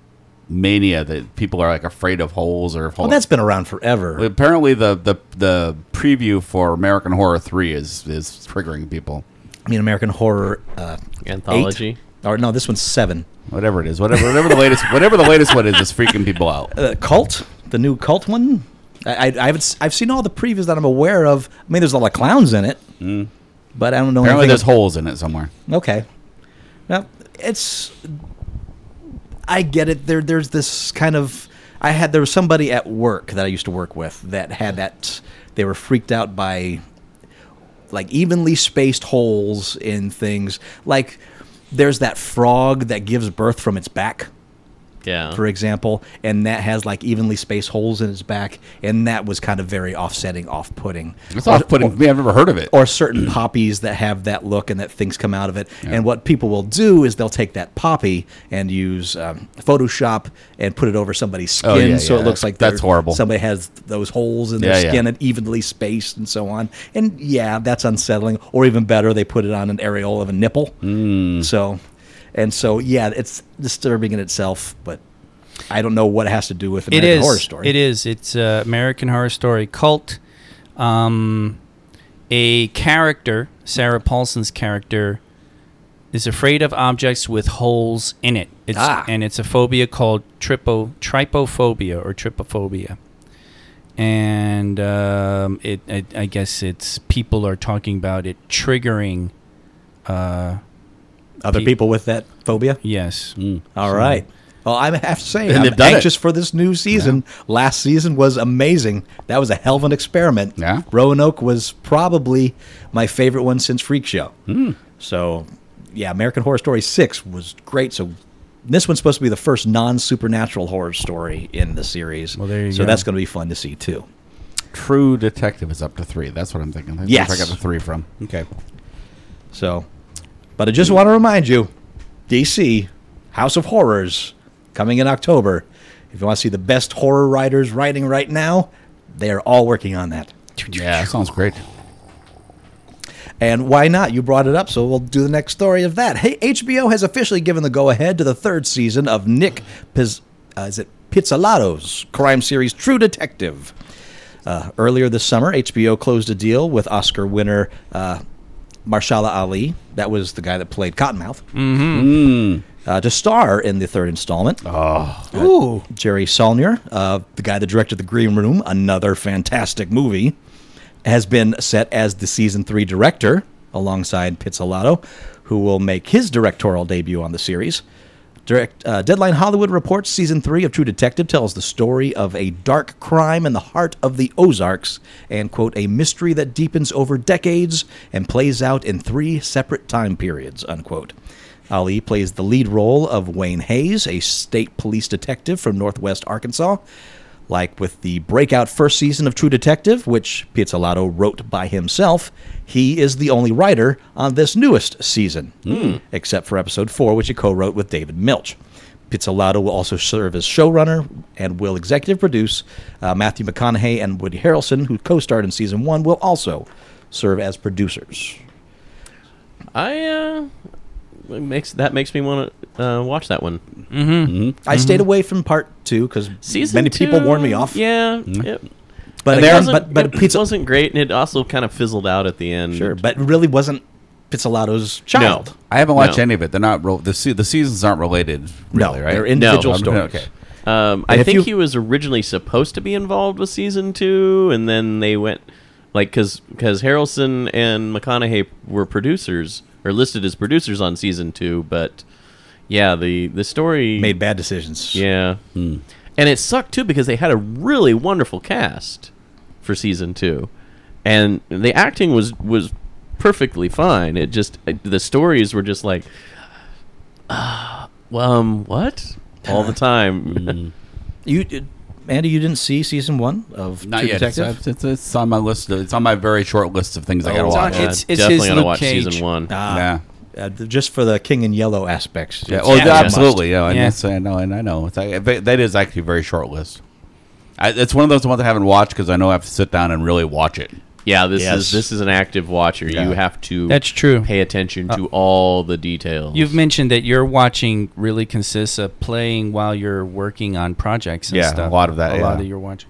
mania that people are like afraid of holes or.
Well,
holes.
that's been around forever.
apparently the, the the preview for American Horror Three is is triggering people.
I mean, American Horror uh,
Anthology.
Eight. Or no, this one's seven.
Whatever it is, whatever whatever the latest whatever the latest one is, is freaking people out.
Uh, cult, the new cult one. I, I, I haven't. s- I've seen all the previews that I'm aware of. I mean, there's a lot of clowns in it, but I don't know.
Mm. Apparently,
anything-
there's holes in it somewhere.
Okay. Now it's. I get it. There, there's this kind of. I had there was somebody at work that I used to work with that had that. They were freaked out by, like evenly spaced holes in things. Like there's that frog that gives birth from its back,
Yeah.
for example, and that has like evenly spaced holes in its back, and that was kind of very offsetting, off-putting
It's off putting for me. I've never heard of it.
or certain poppies that have that look and that things come out of it. And what people will do is they'll take that poppy and use um, Photoshop and put it over somebody's skin,
Oh, yeah,
so
yeah,
it looks
that's-
like
that's
they're-
horrible.
Somebody has those holes in their
Yeah, yeah.
skin and evenly spaced and so on. And yeah, that's unsettling. Or even better, they put it on an areola of a nipple.
Hmm.
So, and so yeah, it's disturbing in itself, but. I don't know what it has to do with
It
American
is.
Horror Story.
It is. It's uh, American Horror Story cult. Um, a character, Sarah Paulson's character, is afraid of objects with holes in it. It's,
Ah.
And it's a phobia called tripo, trypophobia or trypophobia. And um, it, I, I guess it's people are talking about it triggering. Uh,
Other
Pe-
people with that phobia?
yes.
All right. Well, I have to say,
And
I'm
they've done
anxious
it.
for this new season. Last season was amazing. That was a hell of an experiment.
Yeah.
Roanoke was probably my favorite one since Freak Show.
Hmm.
So, yeah, American Horror Story 6 was great. So, this one's supposed to be the first non supernatural horror story in the series. Well,
there you
so,
go.
that's going to be fun to see, too.
True Detective is up to three. That's what I'm thinking. That's
Yes.
where I got the three from. Okay.
So, but I just want to remind you, DC House of Horrors coming in October. If you want to see the best horror writers writing right now, they are all working on that.
Yeah, that sounds great.
And why not? You brought it up, so we'll do the next story of that. Hey, HBO has officially given the go-ahead to the third season of Nick Piz- uh, is it Pizzolatto's crime series True Detective. Uh, earlier this summer, HBO closed a deal with Oscar winner uh, Marshala Ali. That was the guy that played Cottonmouth. Mm-hmm. Uh, to star in the third installment. Uh,
Ooh.
Jerry Saulnier, uh, the guy that directed The Green Room, another fantastic movie, has been set as the season three director alongside Pizzolatto, who will make his directorial debut on the series. Direct, uh, Deadline Hollywood reports season three of True Detective tells the story of a dark crime in the heart of the Ozarks and, quote, a mystery that deepens over decades and plays out in three separate time periods, unquote. Ali plays the lead role of Wayne Hayes, a state police detective from Northwest Arkansas. Like with the breakout first season of True Detective, which Pizzolatto wrote by himself, he is the only writer on this newest season,
Hmm.
except for episode four, which he co wrote with David Milch. Pizzolatto will also serve as showrunner and will executive produce. Uh, Matthew McConaughey and Woody Harrelson, who co starred in season one, will also serve as producers.
I uh it makes that makes me want to uh, watch that one.
I stayed away from part two because
Mm-hmm. Season
many people
two, Mm-hmm.
warned me off.
Yeah. It,
But
it
again, but
wasn't-
but
it
pizza,
wasn't great, and it also kind of fizzled out at the end.
sure, but really wasn't Pizzolatto's
no,
child.
I haven't watched
No.
any of it. They're not re- the se- the seasons aren't related. Really,
no,
right?
they're individual
No.
stories.
Okay.
And
Um, I
if
think
you-
he was originally supposed to be involved with season two, and then they went like because Harrelson and McConaughey were producers or listed as producers on season two, but yeah, the the story
Made bad decisions.
yeah, and it sucked too because they had a really wonderful cast for season two, and the acting was was perfectly fine. It just it- the stories were just like, uh, um, what all the time.
You, uh, Andy, you didn't see season one of
Not
True
yet. It's,
Detective?
it's, it's- it's on my list. Of, it's on my very short list of things I gotta
Oh,
watch.
on-
yeah,
it's- it's
definitely
his
gonna
Luke
watch
Cage.
season one.
Ah,
yeah.
uh, th- just for the king and yellow aspects.
Yeah.
It's
Oh,
a must.
absolutely. Yeah. And
Yeah.
that's- I know. And I know. It's like, but that is actually a very short list. I, it's one of those ones I haven't watched because I know I have to sit down and really watch it.
Yeah, this
Yes.
is this is an active watcher. You have to
That's true.
pay attention to all the details.
You've mentioned that your watching really consists of playing while you're working on projects and
Yeah, a
stuff.
lot of that,
A lot
yeah.
of your watching.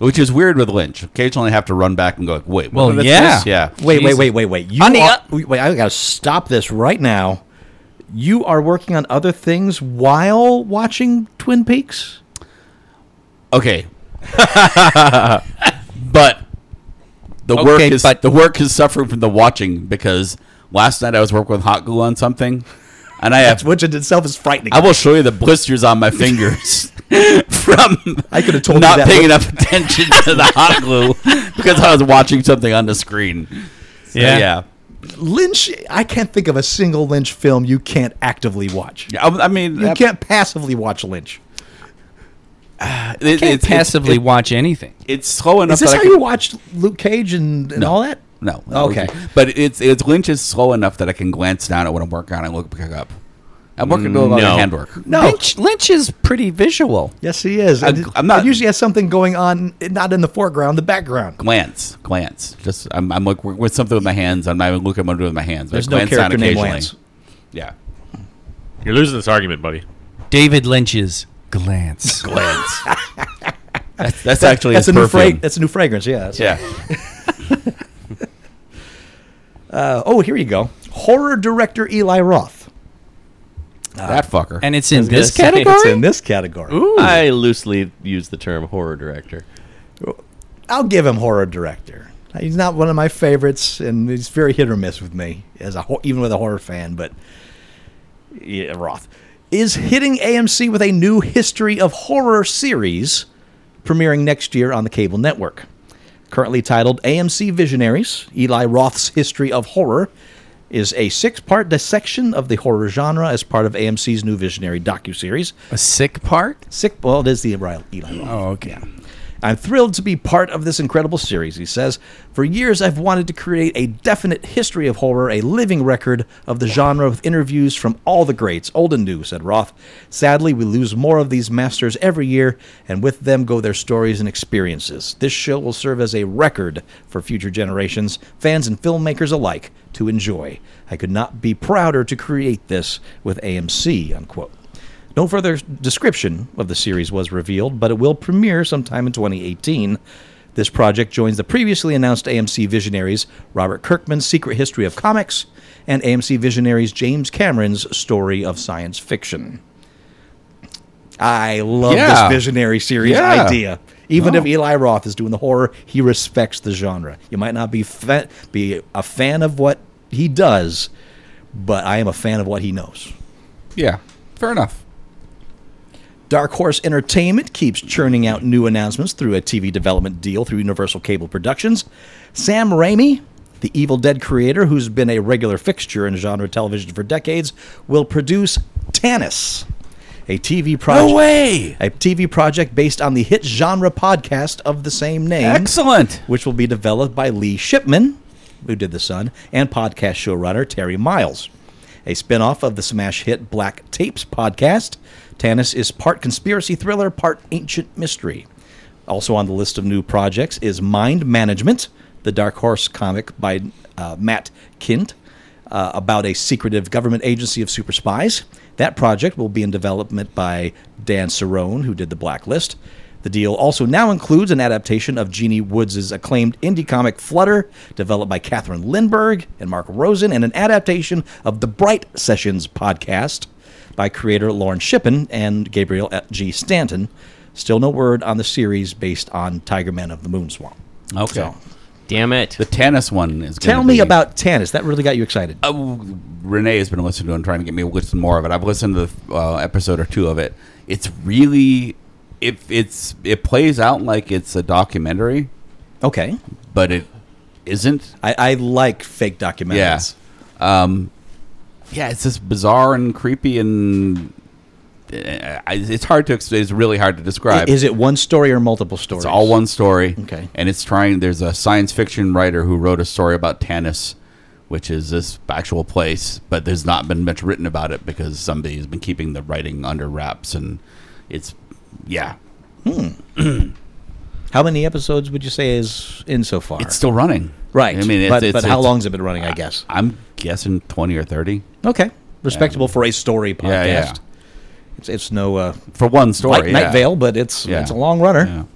which is weird with Lynch. Occasionally, I have to run back and go, like, wait, what
Well,
did it
yeah.
say? yeah.
Wait, wait,
Jesus.
wait, wait, wait. You
Honey,
are,
uh-
wait, wait, I gotta stop this right now. You are working on other things while watching Twin Peaks?
Okay, but the work
Okay,
is
but-
the work is suffering from the watching because last night I was working with hot glue on something, and I have
Which in itself is frightening.
I will show you the blisters on my fingers from
I could have told you
not
that
paying enough attention to the hot glue because I was watching something on the screen. So,
Yeah.
yeah.
Lynch, I can't think of a single Lynch film you can't actively watch.
Yeah, I, I mean, uh,
You
that-
can't passively watch Lynch.
it- it's-
Can't
it's-
passively
it-
watch anything.
it's slow enough.
Is this
that I
how
can-
you watched Luke Cage and, and all that?
No.
Okay.
But it's it's Lynch is slow enough that I can glance down at what I'm working on and look back up. I'm working doing a lot
no.
of handwork.
No.
Lynch, Lynch is pretty visual.
Yes, he is.
I'm-
And it-
I'm not-
it usually has something going on, not in the foreground, the background.
Glance, glance. Just I'm I'm like with something with my hands. I'm not even looking at what I'm doing with my hands. but
There's
I
no
glance down
character named
occasionally.
Lance.
Yeah.
You're losing this argument, buddy.
David Lynch's glance.
Glance. that's, that's actually
That's a
his
new
perfume.
frag- That's a new fragrance. Yeah. that's-
yeah.
Uh, oh, here you go. Horror director Eli Roth.
that fucker.
and it's in
gonna
this
say,
category?
It's in this category.
I loosely use the term horror director.
I'll give him horror director. He's not one of my favorites, and he's very hit or miss with me as a ho- even with a horror fan. But yeah, Roth is hitting AMC with a new history of horror series premiering next year on the cable network. Currently titled AMC Visionaries, Eli Roth's History of Horror is a six-part dissection of the horror genre as part of AMC's new Visionary docuseries.
a sick part?
Sick, well, it is the Eli Eli Roth.
Oh, okay.
I'm thrilled to be part of this incredible series, he says. For years, I've wanted to create a definite history of horror, a living record of the genre with interviews from all the greats, old and new, said Roth. Sadly, we lose more of these masters every year, and with them go their stories and experiences. This show will serve as a record for future generations, fans and filmmakers alike, to enjoy. I could not be prouder to create this with AMC, unquote. No further description of the series was revealed, but it will premiere sometime in 2018. This project joins the previously announced AMC Visionaries Robert Kirkman's Secret History of Comics and AMC Visionaries James Cameron's Story of Science Fiction. I love
Yeah.
this visionary series
Yeah.
idea. Even if Eli Roth is doing the horror, he respects the genre. You might not be fa- be a fan of what he does, but I am a fan of what he knows.
yeah. Fair enough.
Dark Horse Entertainment keeps churning out new announcements through a TV development deal through Universal Cable Productions. Sam Raimi, the Evil Dead creator who's been a regular fixture in genre television for decades, will produce Tanis, a TV project.
way!
A TV project based on the hit genre podcast of the same name
Excellent.
which will be developed by Lee Shipman, who did The Sun, and podcast showrunner Terry Miles. A spin off of the smash hit Black Tapes podcast, Tanis is part conspiracy thriller, part ancient mystery. Also on the list of new projects is Mind Management, the Dark Horse comic by uh, Matt Kint, uh, about a secretive government agency of super spies. That project will be in development by Dan Cerrone, who did The Blacklist. The deal also now includes an adaptation of Jeannie Woods' acclaimed indie comic Flutter, developed by Catherine Lindberg and Mark Rosen, and an adaptation of the Bright Sessions podcast by creator Lauren Shippen and Gabriel G. Stanton. Still no word on the series based on Tiger Man of the Moon Swamp.
Okay.
Damn it.
The Tanis one is. gonna
Tell me
be-
about Tanis. That really got you excited.
Uh, Renee has been listening to it and trying to get me to listen more of it. I've listened to the uh, episode or two of it. It's really if it's it plays out like it's a documentary,
Okay.
but it isn't.
I, I like fake documentaries.
Yeah. Um, yeah, it's just bizarre and creepy and uh, I- it's hard to explain. It's really hard to
I-
describe.
Is it one story or multiple stories?
It's all one story.
Okay.
And it's trying. There's a science fiction writer who wrote a story about Tanis, which is this actual place, but there's not been much written about it because somebody's been keeping the writing under wraps, and it's yeah.
How many episodes would you say is in so far?
It's still running,
right.
I mean, it's,
but,
it's,
but how
it's-
long's it been running? I guess.
I'm guessing twenty or thirty
Okay, respectable for a story podcast.
Yeah, yeah.
It's it's no uh,
for one story.
Light Night
yeah.
Vale, but it's
Yeah.
it's a long runner.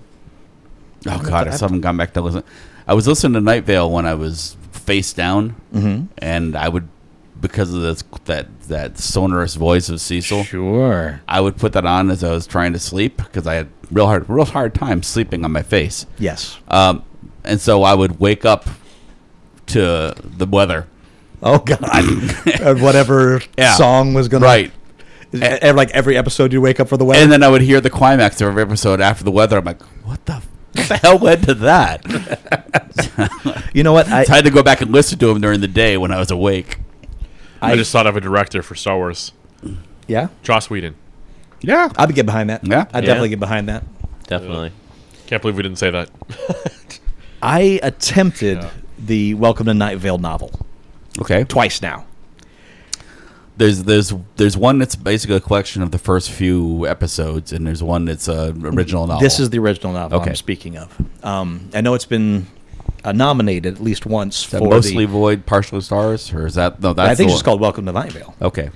Yeah. Oh God, I still haven't gone back to listen. I was listening to Night Vale when I was face down, and I would because of this, that that sonorous voice of Cecil.
Sure.
I would put that on as I was trying to sleep because I had real hard, real hard time sleeping on my face.
Yes.
Um, and so I would wake up to the weather.
Oh God. Or whatever
Yeah.
song was gonna
Right.
Is it ev- like every episode you wake up for the weather.
And then I would hear the climax of every episode after the weather. I'm like, what the, what the hell led to that? So
you know what? I,
I had to go back and listen to him during the day when I was awake.
I,
I-
just thought of a director for Star Wars,
yeah,
Joss Whedon.
Yeah.
I would get behind that.
Yeah.
I'd
Yeah.
definitely get behind that.
Definitely.
Can't believe we didn't say that.
I attempted
Yeah.
the Welcome to Night Vale novel
Okay.
twice now.
There's there's there's one that's basically a collection of the first few episodes, and there's one that's a original novel.
This is the original novel
Oh. Okay.
I'm speaking of. Um, I know it's been uh, nominated at least once
Is that
for
mostly
the.
void, partially stars, or is that no? That's
I think it's
the
just
one.
called Welcome to Night Vale.
Okay.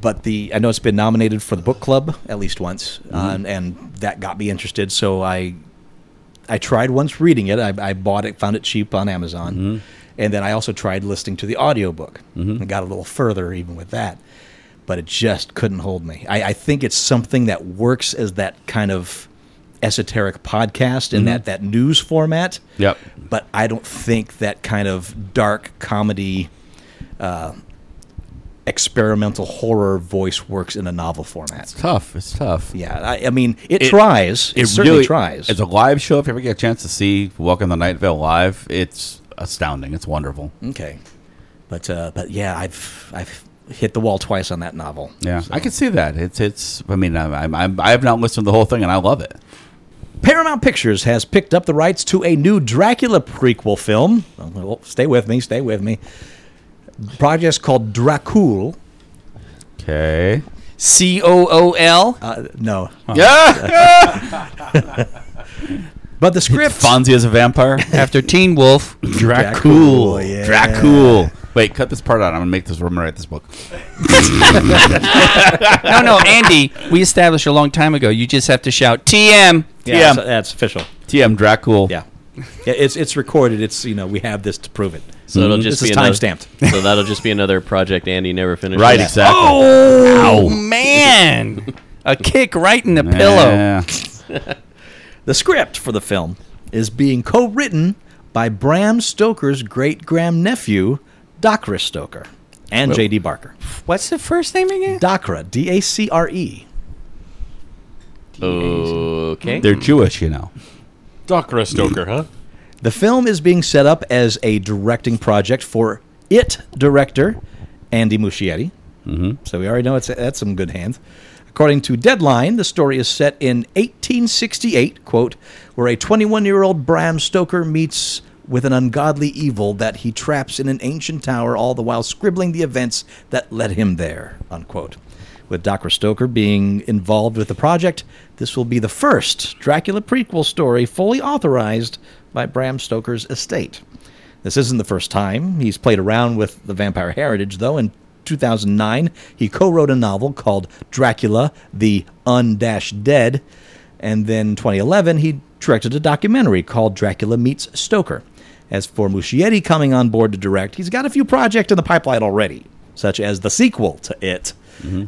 but the I know it's been nominated for the book club at least once, uh, and, and that got me interested. So I I tried once reading it. I, I bought it, found it cheap on Amazon, and then I also tried listening to the audiobook and got a little further even with that. But it just couldn't hold me. I, I think it's something that works as that kind of esoteric podcast in that that news format.
Yep.
But I don't think that kind of dark comedy uh, experimental horror voice works in a novel format.
It's tough. It's tough.
Yeah, I, I mean, it,
It-
tries. It, certainly tries.
It's a live show. If you ever get a chance to see Welcome to Night Vale live, it's astounding. It's wonderful.
okay, but uh, but yeah, I've I've hit the wall twice on that novel.
Yeah, I can see that. It's it's. I mean, I'm, I'm, I'm I have not listened to the whole thing, and I love it.
Paramount Pictures has picked up the rights to a new Dracula prequel film. Well, stay with me. Stay with me. Project's called Dracul.
Okay.
C O O L.
Uh, no,
Yeah.
but the script.
Fonzie is a vampire.
After Teen Wolf.
Dracul, yeah.
Dracul. Wait, cut this part out. I'm gonna make this woman write this book.
No, no, Andy, we established a long time ago. You just have to shout TM.
Yeah,
TM.
so that's official.
TM Dracul.
Yeah, Yeah, it's it's recorded. It's you know we have this to prove it.
So it'll
Mhm.
just
This
be
is
another-
timestamped.
so that'll just be another project Andy never finished.
Right. Exactly.
Oh, man. A kick right in the pillow.
Yeah.
The script for the film is being co written by Bram Stoker's great grand nephew, Docra Stoker, and J.D. Barker.
What's the first name again?
Docra, D A C R E.
Okay.
They're Jewish, you know.
Doctor Stoker, huh?
The film is being set up as a directing project for it director, Andy Muschietti. Mm-hmm. So we already know it's that's some good hands. According to Deadline, the story is set in 1868, quote, where a 21-year-old Bram Stoker meets with an ungodly evil that he traps in an ancient tower, all the while scribbling the events that led him there, unquote. With Dr. Stoker being involved with the project, this will be the first Dracula prequel story fully authorized by Bram Stoker's estate. This isn't the first time he's played around with the vampire heritage, though. In 2009, he co wrote a novel called Dracula, the Undashed Dead. And then 2011, he directed a documentary called Dracula Meets Stoker. As for Muschietti coming on board to direct, he's got a few projects in the pipeline already, such as the sequel to It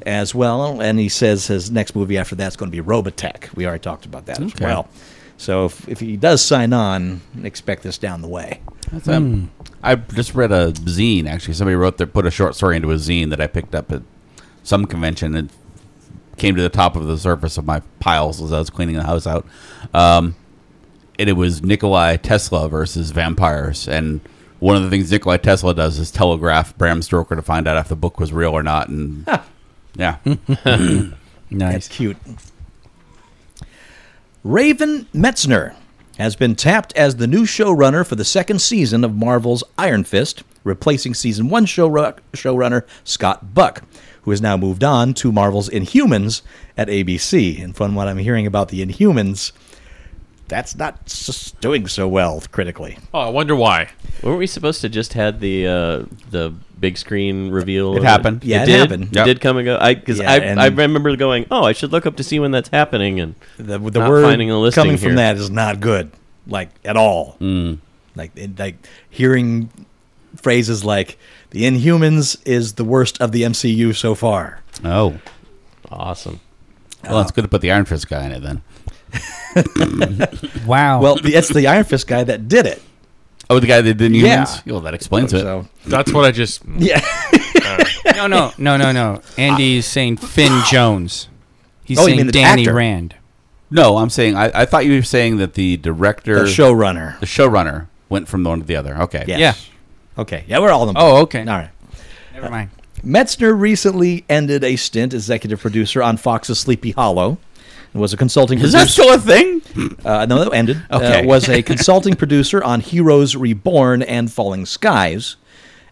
as well. And he says his next movie after that's going to be Robotech. We already talked about that as well. So if, if he does sign on, expect this down the way.
That's, um, I just read a zine. Actually, somebody wrote their put a short story into a zine that I picked up at some convention and came to the top of the surface of my piles as I was cleaning the house out. Um, and it was Nikolai Tesla versus vampires. And one of the things Nikolai Tesla does is telegraph Bram Stoker to find out if the book was real or not. And yeah,
That's cute. Raven Metzner has been tapped as the new showrunner for the second season of Marvel's Iron Fist, replacing season one showru- showrunner Scott Buck, who has now moved on to Marvel's Inhumans at ABC. And from what I'm hearing about the Inhumans, that's not s- doing so well critically.
Oh, I wonder why.
Weren't we supposed to just had the uh, the big screen reveal? of
happened.
Yeah, it
did.
happened.
It
Yep.
did come and go. I because
Yeah,
I
and-
I remember going, oh, I should look up to see when that's happening. And
The, the
Not
word
finding a listing
coming
here.
from that is not good, like at all. Like it- like hearing phrases like "The Inhumans is the worst of the MCU so far."
Oh.
awesome.
Well, it's good to put the Iron Fist guy in it then.
Wow.
Well, it's the Iron Fist guy that did it.
Oh, the guy that didn't
Yeah.
humans? Well, that explains it.
So
That's what I just.
yeah,
no, no, no, no, no. Andy is saying Finn Jones. He's
Oh, you mean
saying
the
Danny
actor.
Rand.
No, I'm saying I, I thought you were saying that the
the
director,
showrunner.
the showrunner, went from one to the other. Okay.
Yes.
Yeah.
Okay. Yeah, we're all on.
Oh,
board.
okay.
All right.
Never mind.
Metzner recently ended a stint as executive producer on Fox's Sleepy Hollow and was a consulting
Is
producer.
that still a thing?
uh, no, that ended. Uh,
Okay.
was a consulting producer on Heroes Reborn and Falling Skies,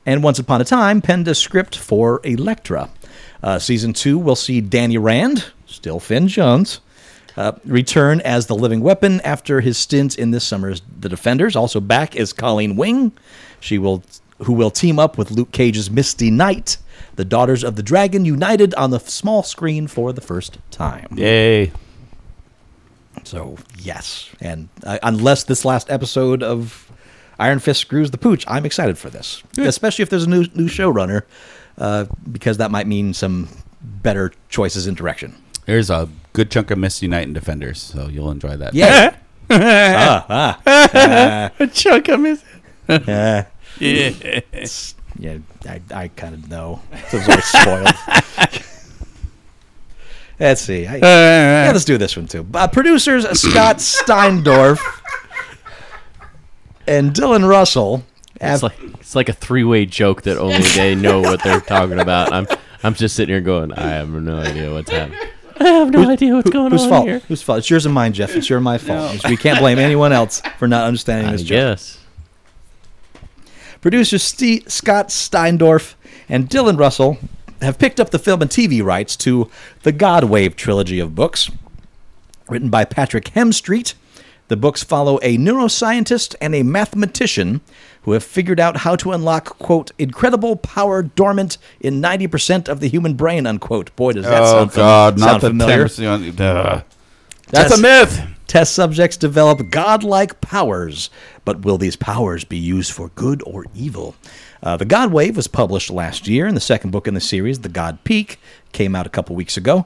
and once upon a time penned a script for Elektra. Uh, season two will see Danny Rand, still Finn Jones, uh, return as the Living Weapon after his stint in this summer's The Defenders. Also back is Colleen Wing. She will, who will team up with Luke Cage's Misty Knight. The Daughters of the Dragon united on the small screen for the first time.
Yay.
So yes, and uh, unless this last episode of Iron Fist screws the pooch, I'm excited for this, especially if there's a new new showrunner, uh, because that might mean some better choices in direction.
There's a good chunk of Misty Knight and Defenders, so you'll enjoy that.
Yeah. ah, ah,
A chunk of it.
yeah. Yeah, I, I kind of know. This is always spoiled. Let's see. I, yeah, let's do this one too. Uh, producers Scott Steindorf and Dylan Russell.
It's
have-
like it's like a three way joke that only they know what they're talking about. I'm I'm just sitting here going, I have no idea what's happening. I have no idea what's going
Whose
on
fault?
here.
Whose fault? It's yours and mine, Jeff. It's your and my fault. We can't blame anyone else for not understanding
I
this joke.
guess.
Producers Ste Scott Steindorf and Dylan Russell have picked up the film and TV rights to the Godwave trilogy of books, written by Patrick Hemstreet. The books follow a neuroscientist and a mathematician who have figured out how to unlock, quote, incredible power dormant in 90% of the human brain, unquote. Boy, does that
oh
sound, fam-
God!
sound
Not the
familiar.
Thames- uh,
That's-
That's a myth.
Test subjects develop godlike powers, but will these powers be used for good or evil? Uh, the God Wave was published last year, and the second book in the series, The God Peak, came out a couple weeks ago,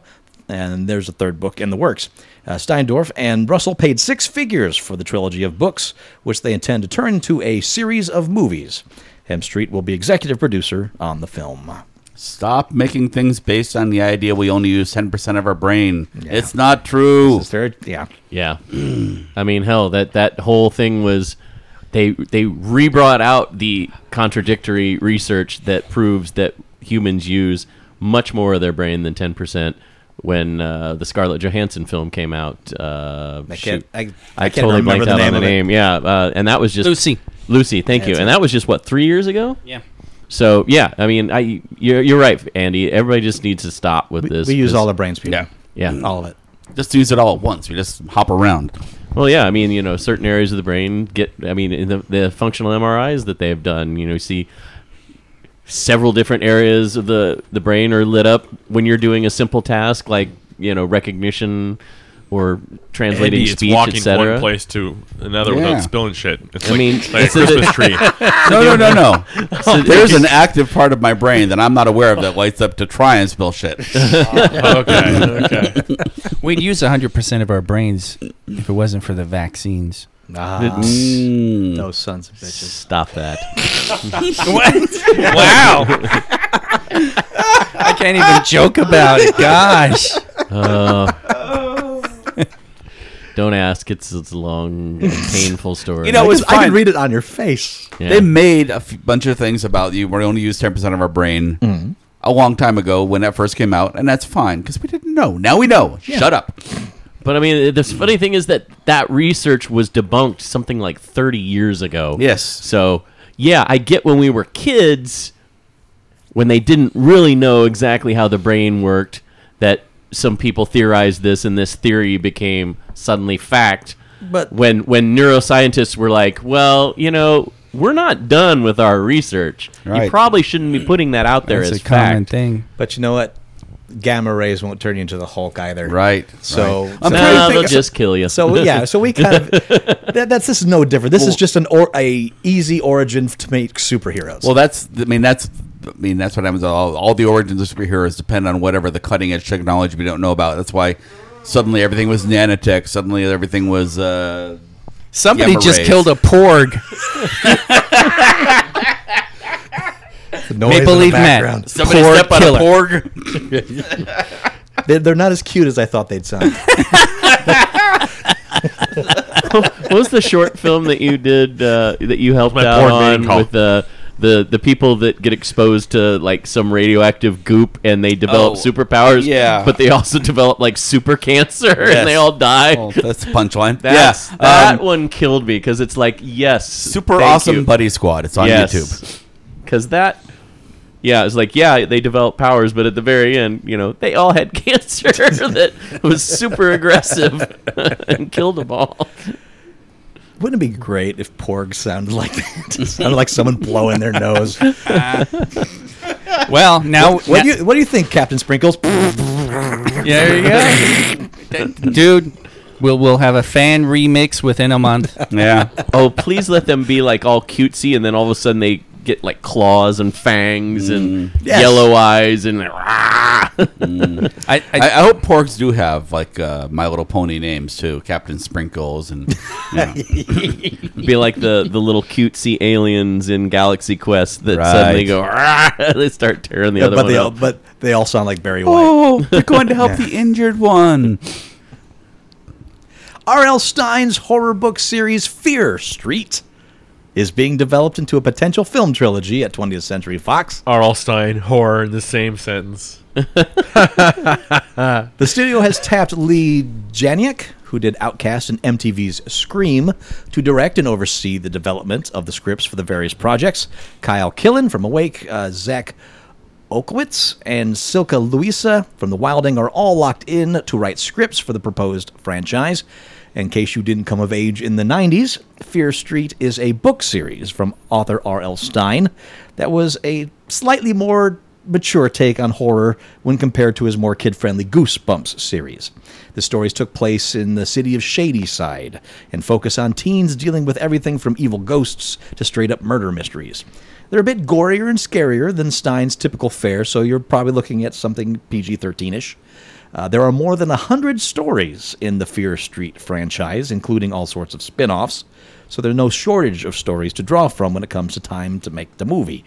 and there's a third book in the works. Uh, Steindorf and Russell paid six figures for the trilogy of books, which they intend to turn into a series of movies. Hemstreet will be executive producer on the film.
Stop making things based on the idea we only use ten percent of our brain. It's not true.
Is there? Yeah.
Yeah. I mean, hell, that that whole thing was they they rebrought out the contradictory research that proves that humans use much more of their brain than 10% when uh, the Scarlett Johansson film came out. Uh,
I can't-
shoot.
I-
I
I can't
totally
remember
blanked
the
out
name
on the
of it.
name. Yeah, uh, and that was just
Lucy.
Lucy, thank you.
That's
And
it.
that was just what 3 years ago?
Yeah.
So, yeah, I mean, I you're, you're right, Andy. Everybody just needs to stop with
We,
this.
we use
'cause-
all our brains, people.
Yeah.
Yeah.
All of it.
Just use it all at once. We just hop around.
Well, yeah, I mean, you know, certain areas of the brain get. I mean, in the, the functional MRIs that they have done, you know, you see several different areas of the the brain are lit up when you're doing a simple task like you know recognition or translating
Andy, it's
speech,
walking from
etc.
one place to another
Yeah.
without spilling shit. It's
I
like,
mean,
like a
it's a-
Christmas tree.
No, no, no, no. There's an active part of my brain that I'm not aware of that lights up to try and spell shit.
okay, okay.
We'd use 100% of our brains if it wasn't for the vaccines.
Ah,
Mm.
those sons of bitches.
Stop that.
Wow. I can't even joke about it. Gosh.
Don't ask. It's it's a long, painful story.
You know,
I,
it's
can, I
fine.
can read it on your face.
Yeah.
They made a f- bunch of things about you. We only use ten percent of our brain a long time ago when that first came out, and that's fine because we didn't know. Now we know. Shut up.
But I mean, the funny thing is that that research was debunked something like 30 years ago.
Yes.
So, yeah, I get when we were kids, when they didn't really know exactly how the brain worked, that some people theorized this and this theory became suddenly fact.
But-
when when neuroscientists were like, well, you know, we're not done with our research. You
Right.
probably shouldn't be putting that out there
That's
as
a common
fact.
thing.
But you know what? Gamma rays won't turn you into the Hulk either.
Right.
So-
right.
I'm
No,
trying to
they'll
think-
just kill you.
So yeah, so we kind of that, that's this is no different. This is
Well-
just an or a easy origin to make superheroes.
Well, that's. I mean, that's. I mean, that's what happens. All, all the origins of superheroes depend on whatever the cutting edge technology we don't know about. That's why suddenly everything was nanotech. Suddenly everything was. Uh,
Somebody
Gamma
just
rays.
killed a porg.
The noise in the
Maple Leaf Matt.
background.
somebody
Porg
step on a
killer.
porg.
They- They're not as cute as I thought they'd sound.
what was the short film that you did uh, that you helped
My
out
porn name
on
call.
with the the the people that get exposed to like some radioactive goop and they develop
Oh,
superpowers?
yeah.
but they also develop like super cancer
Yes.
and they all die.
Well, that's the punchline.
That's,
yeah.
that
um,
one killed me because it's like yes,
super awesome buddy squad. It's on YouTube.
Because that. Yeah, it's like yeah, they develop powers, but at the very end, you know, they all had cancer that was super aggressive and killed them all.
Wouldn't it be great if Porg sounded like that? sounded like someone blowing their nose.
Well, now
What do you What do you think, Captain Sprinkles?
Yeah, there you go, dude. We'll we'll have a fan remix within a month.
Yeah.
oh, please let them be like all cutesy, and then all of a sudden they get like claws and fangs and
Mm. Yes.
yellow eyes and like, rah.
I, I,
I, I hope porgs do have like uh, My Little Pony names too, Captain Sprinkles and you know.
be like the the little cutesy aliens in Galaxy Quest that
Right.
suddenly go rah, they start tearing the other
but
one
they all,
up.
but they all sound like Barry White.
oh, they're going to help the injured one.
R.L. Stein's horror book series Fear Street is being developed into a potential film trilogy at 20th Century Fox.
R.L. Stein horror in the same sentence.
The studio has tapped Lee Janiak, who did Outcast and MTV's Scream, to direct and oversee the development of the scripts for the various projects. Kyle Killen from Awake, uh, Zach Okowitz, and Silka Luisa from The Wilding are all locked in to write scripts for the proposed franchise. In case you didn't come of age in the 90s, Fear Street is a book series from author R.L. Stein that was a slightly more mature take on horror when compared to his more kid friendly Goosebumps series. The stories took place in the city of Shadyside and focus on teens dealing with everything from evil ghosts to straight up murder mysteries. They're a bit gorier and scarier than Stein's typical fare, so you're probably looking at something PG 13 ish. Uh, there are more than 100 stories in the Fear Street franchise, including all sorts of spin offs, so there's no shortage of stories to draw from when it comes to time to make the movie.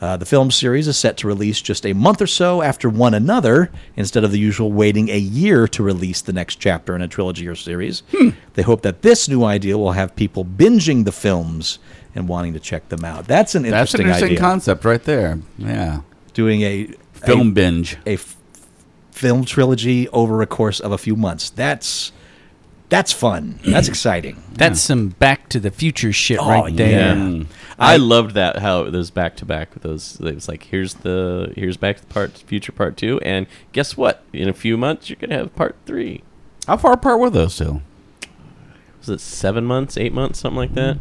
Uh, the film series is set to release just a month or so after one another, instead of the usual waiting a year to release the next chapter in a trilogy or series.
Hmm.
They hope that this new idea will have people binging the films and wanting to check them out. That's an
That's an
interesting,
interesting
idea.
concept right there. Yeah.
Doing a
Film binge.
a, a f- film trilogy over a course of a few months. That's that's fun. That's exciting.
that's some Back to the Future shit right there.
yeah. I, loved that how it was back to back. Those it was like here's the here's back to the part future part two, and guess what? In a few months you're gonna have part three.
How far apart were those two?
was it seven months, eight months, something like that?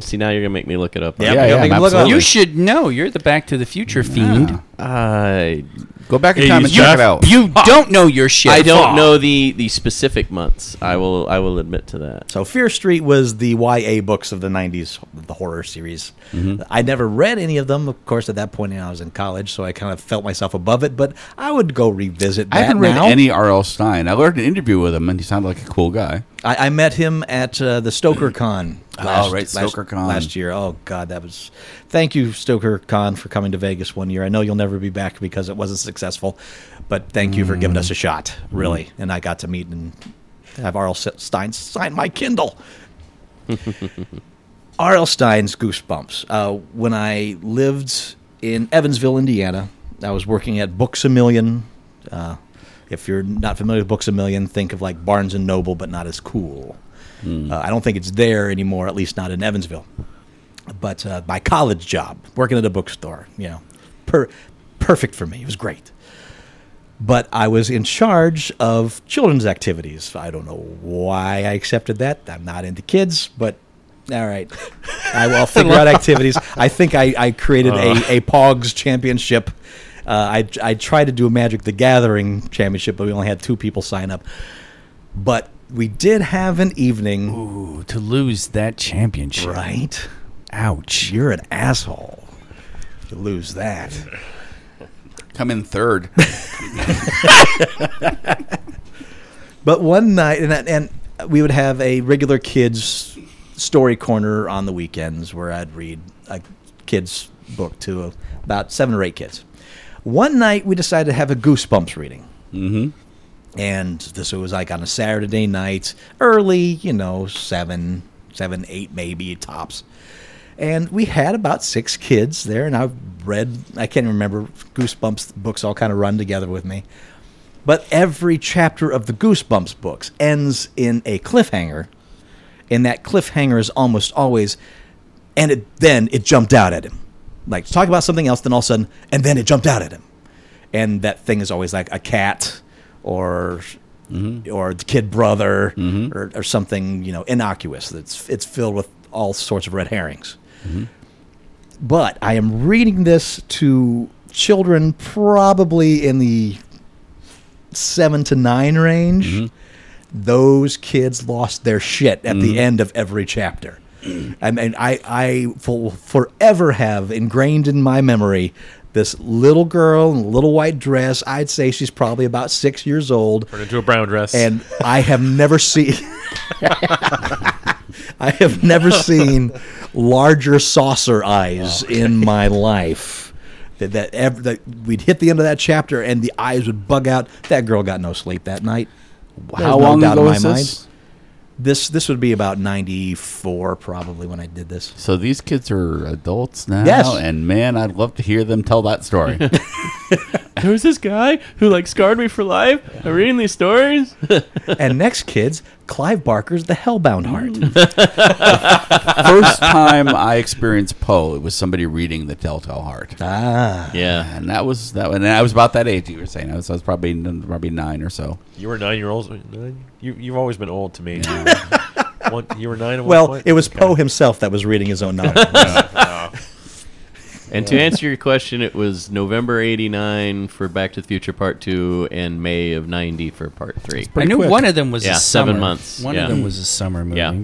See, now you're gonna make me look it up.
Hmm. Yeah, yeah, make 'em look
absolutely.
You should know. You're the Back to the Future fiend.
Yeah.
I
Go back in
Hey,
time
you
and check
Jeff,
it out.
You don't know your shit.
I don't know the the specific months. I will I will admit to that.
So Fear Street was the YA books of the 90s, the horror series.
Mm-hmm.
I never read any of them. Of course, at that point, you know, I was in college, so I kind of felt myself above it, but I would go revisit that
I haven't read
now.
any R.L. Stein. I learned an interview with him, and he sounded like a cool guy.
I, I met him at uh, the Stoker Con.
Oh, right, Stoker
last,
Con.
last year. Oh God, that was. Thank you, Stoker Con, for coming to Vegas one year. I know you'll never be back because it wasn't successful, but thank you for giving
Mm.
us a shot, really. And I got to meet and have R.L. S- Stein sign my Kindle. R.L. Stein's Goosebumps. Uh, when I lived in Evansville, Indiana, I was working at Books a Million. Uh, if you're not familiar with Books a Million, think of like Barnes and Noble, but not as cool. Uh, I don't think it's there anymore, at least not in Evansville. But uh, my college job, working at a bookstore, you know, per- perfect for me. It was great. but I was in charge of children's activities. I don't know why I accepted that. I'm not into kids, but all right. I will figure out activities. I think I, I created a, a POGS championship. Uh, I, I tried to do a Magic the Gathering championship, but we only had two people sign up. But we did have an evening,
Ooh, to lose that championship.
right?
Ouch.
You're an asshole. You lose that.
Come in third.
But one night, and and we would have a regular kids story corner on the weekends where I'd read a kids book to about seven or eight kids. One night we decided to have a Goosebumps reading. Mm-hmm. And this was like on a Saturday night, early, you know, seven, seven, eight, maybe tops. And we had about six kids there, and I read, I can't remember, Goosebumps books all kind of run together with me. But every chapter of the Goosebumps books ends in a cliffhanger, and that cliffhanger is almost always, and it then it jumped out at him, like talk about something else, then all of a sudden, and then it jumped out at him, and that thing is always like a cat, or or the kid brother, or, or something you know innocuous that's it's filled with all sorts of red herrings but I am reading this to children probably in the seven to nine range. Those kids lost their shit at the end of every chapter. I mean, I, I will forever have ingrained in my memory this little girl in a little white dress. I'd say she's probably about six years old
Turn into a brown dress.
and I have never seen I have never seen larger saucer eyes in my life. That that, ev- that we'd hit the end of that chapter and the eyes would bug out. That girl got no sleep that night. There's
How
no
long
doubt
ago
in my
was this?
mind. This this would be about ninety four probably when I did this.
So these kids are adults now.
Yes.
And man, I'd love to hear them tell that story.
There was this guy who like scarred me for life. I'm reading these stories.
and next kids, Clive Barker's The Hellbound Heart.
First time I experienced Poe, it was somebody reading The Telltale Heart.
ah,
Yeah.
And that was that, and I was about that age you were saying. I was, I was probably probably nine or so.
you were nine year olds. Nine? You you've always been old to me. dude. One- you were nine. At one
well,
point?
it was
Okay.
Poe himself that was reading his own novel.
And to answer your question, it was November 89 for Back to the Future Part 2 and May of 90 for Part 3.
I knew one of them was
Yeah,
a summer.
seven months.
One
Yeah.
of them was a summer movie.
Yeah.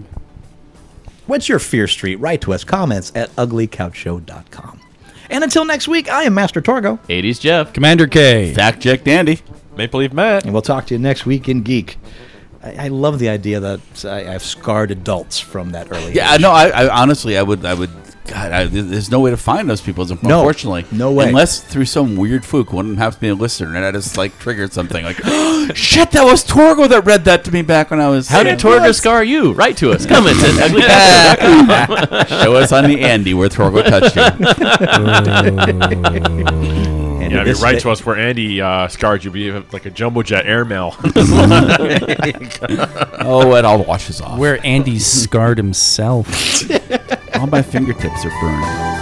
What's your fear street? Write to us comments at uglycouchshow.com. And until next week, I am Master Torgo,
80s Jeff.
Commander K.
Fact check, Dandy.
Maple Leaf Matt.
and we'll talk to you next week in Geek. I, I love the idea that I, I've scarred adults from that early.
Yeah, I no, I, I honestly, I would, I would. God, I, there's no way to find those people.
No.
Unfortunately,
No way.
Unless through some weird fluke, one happens to be a listener, and I just like triggered something. Like, shit, that was Torgo that read that to me back when I was.
How did Torger scar you? Write to us. Comment at uglycouch.
Show us on the Andy where Torgo touched you.
And
Yeah, if
this
you write
day-
to us where Andy uh, scarred you, be like a jumbo jet airmail.
Oh, it all washes off.
Where Andy scarred himself.
all my fingertips are burned.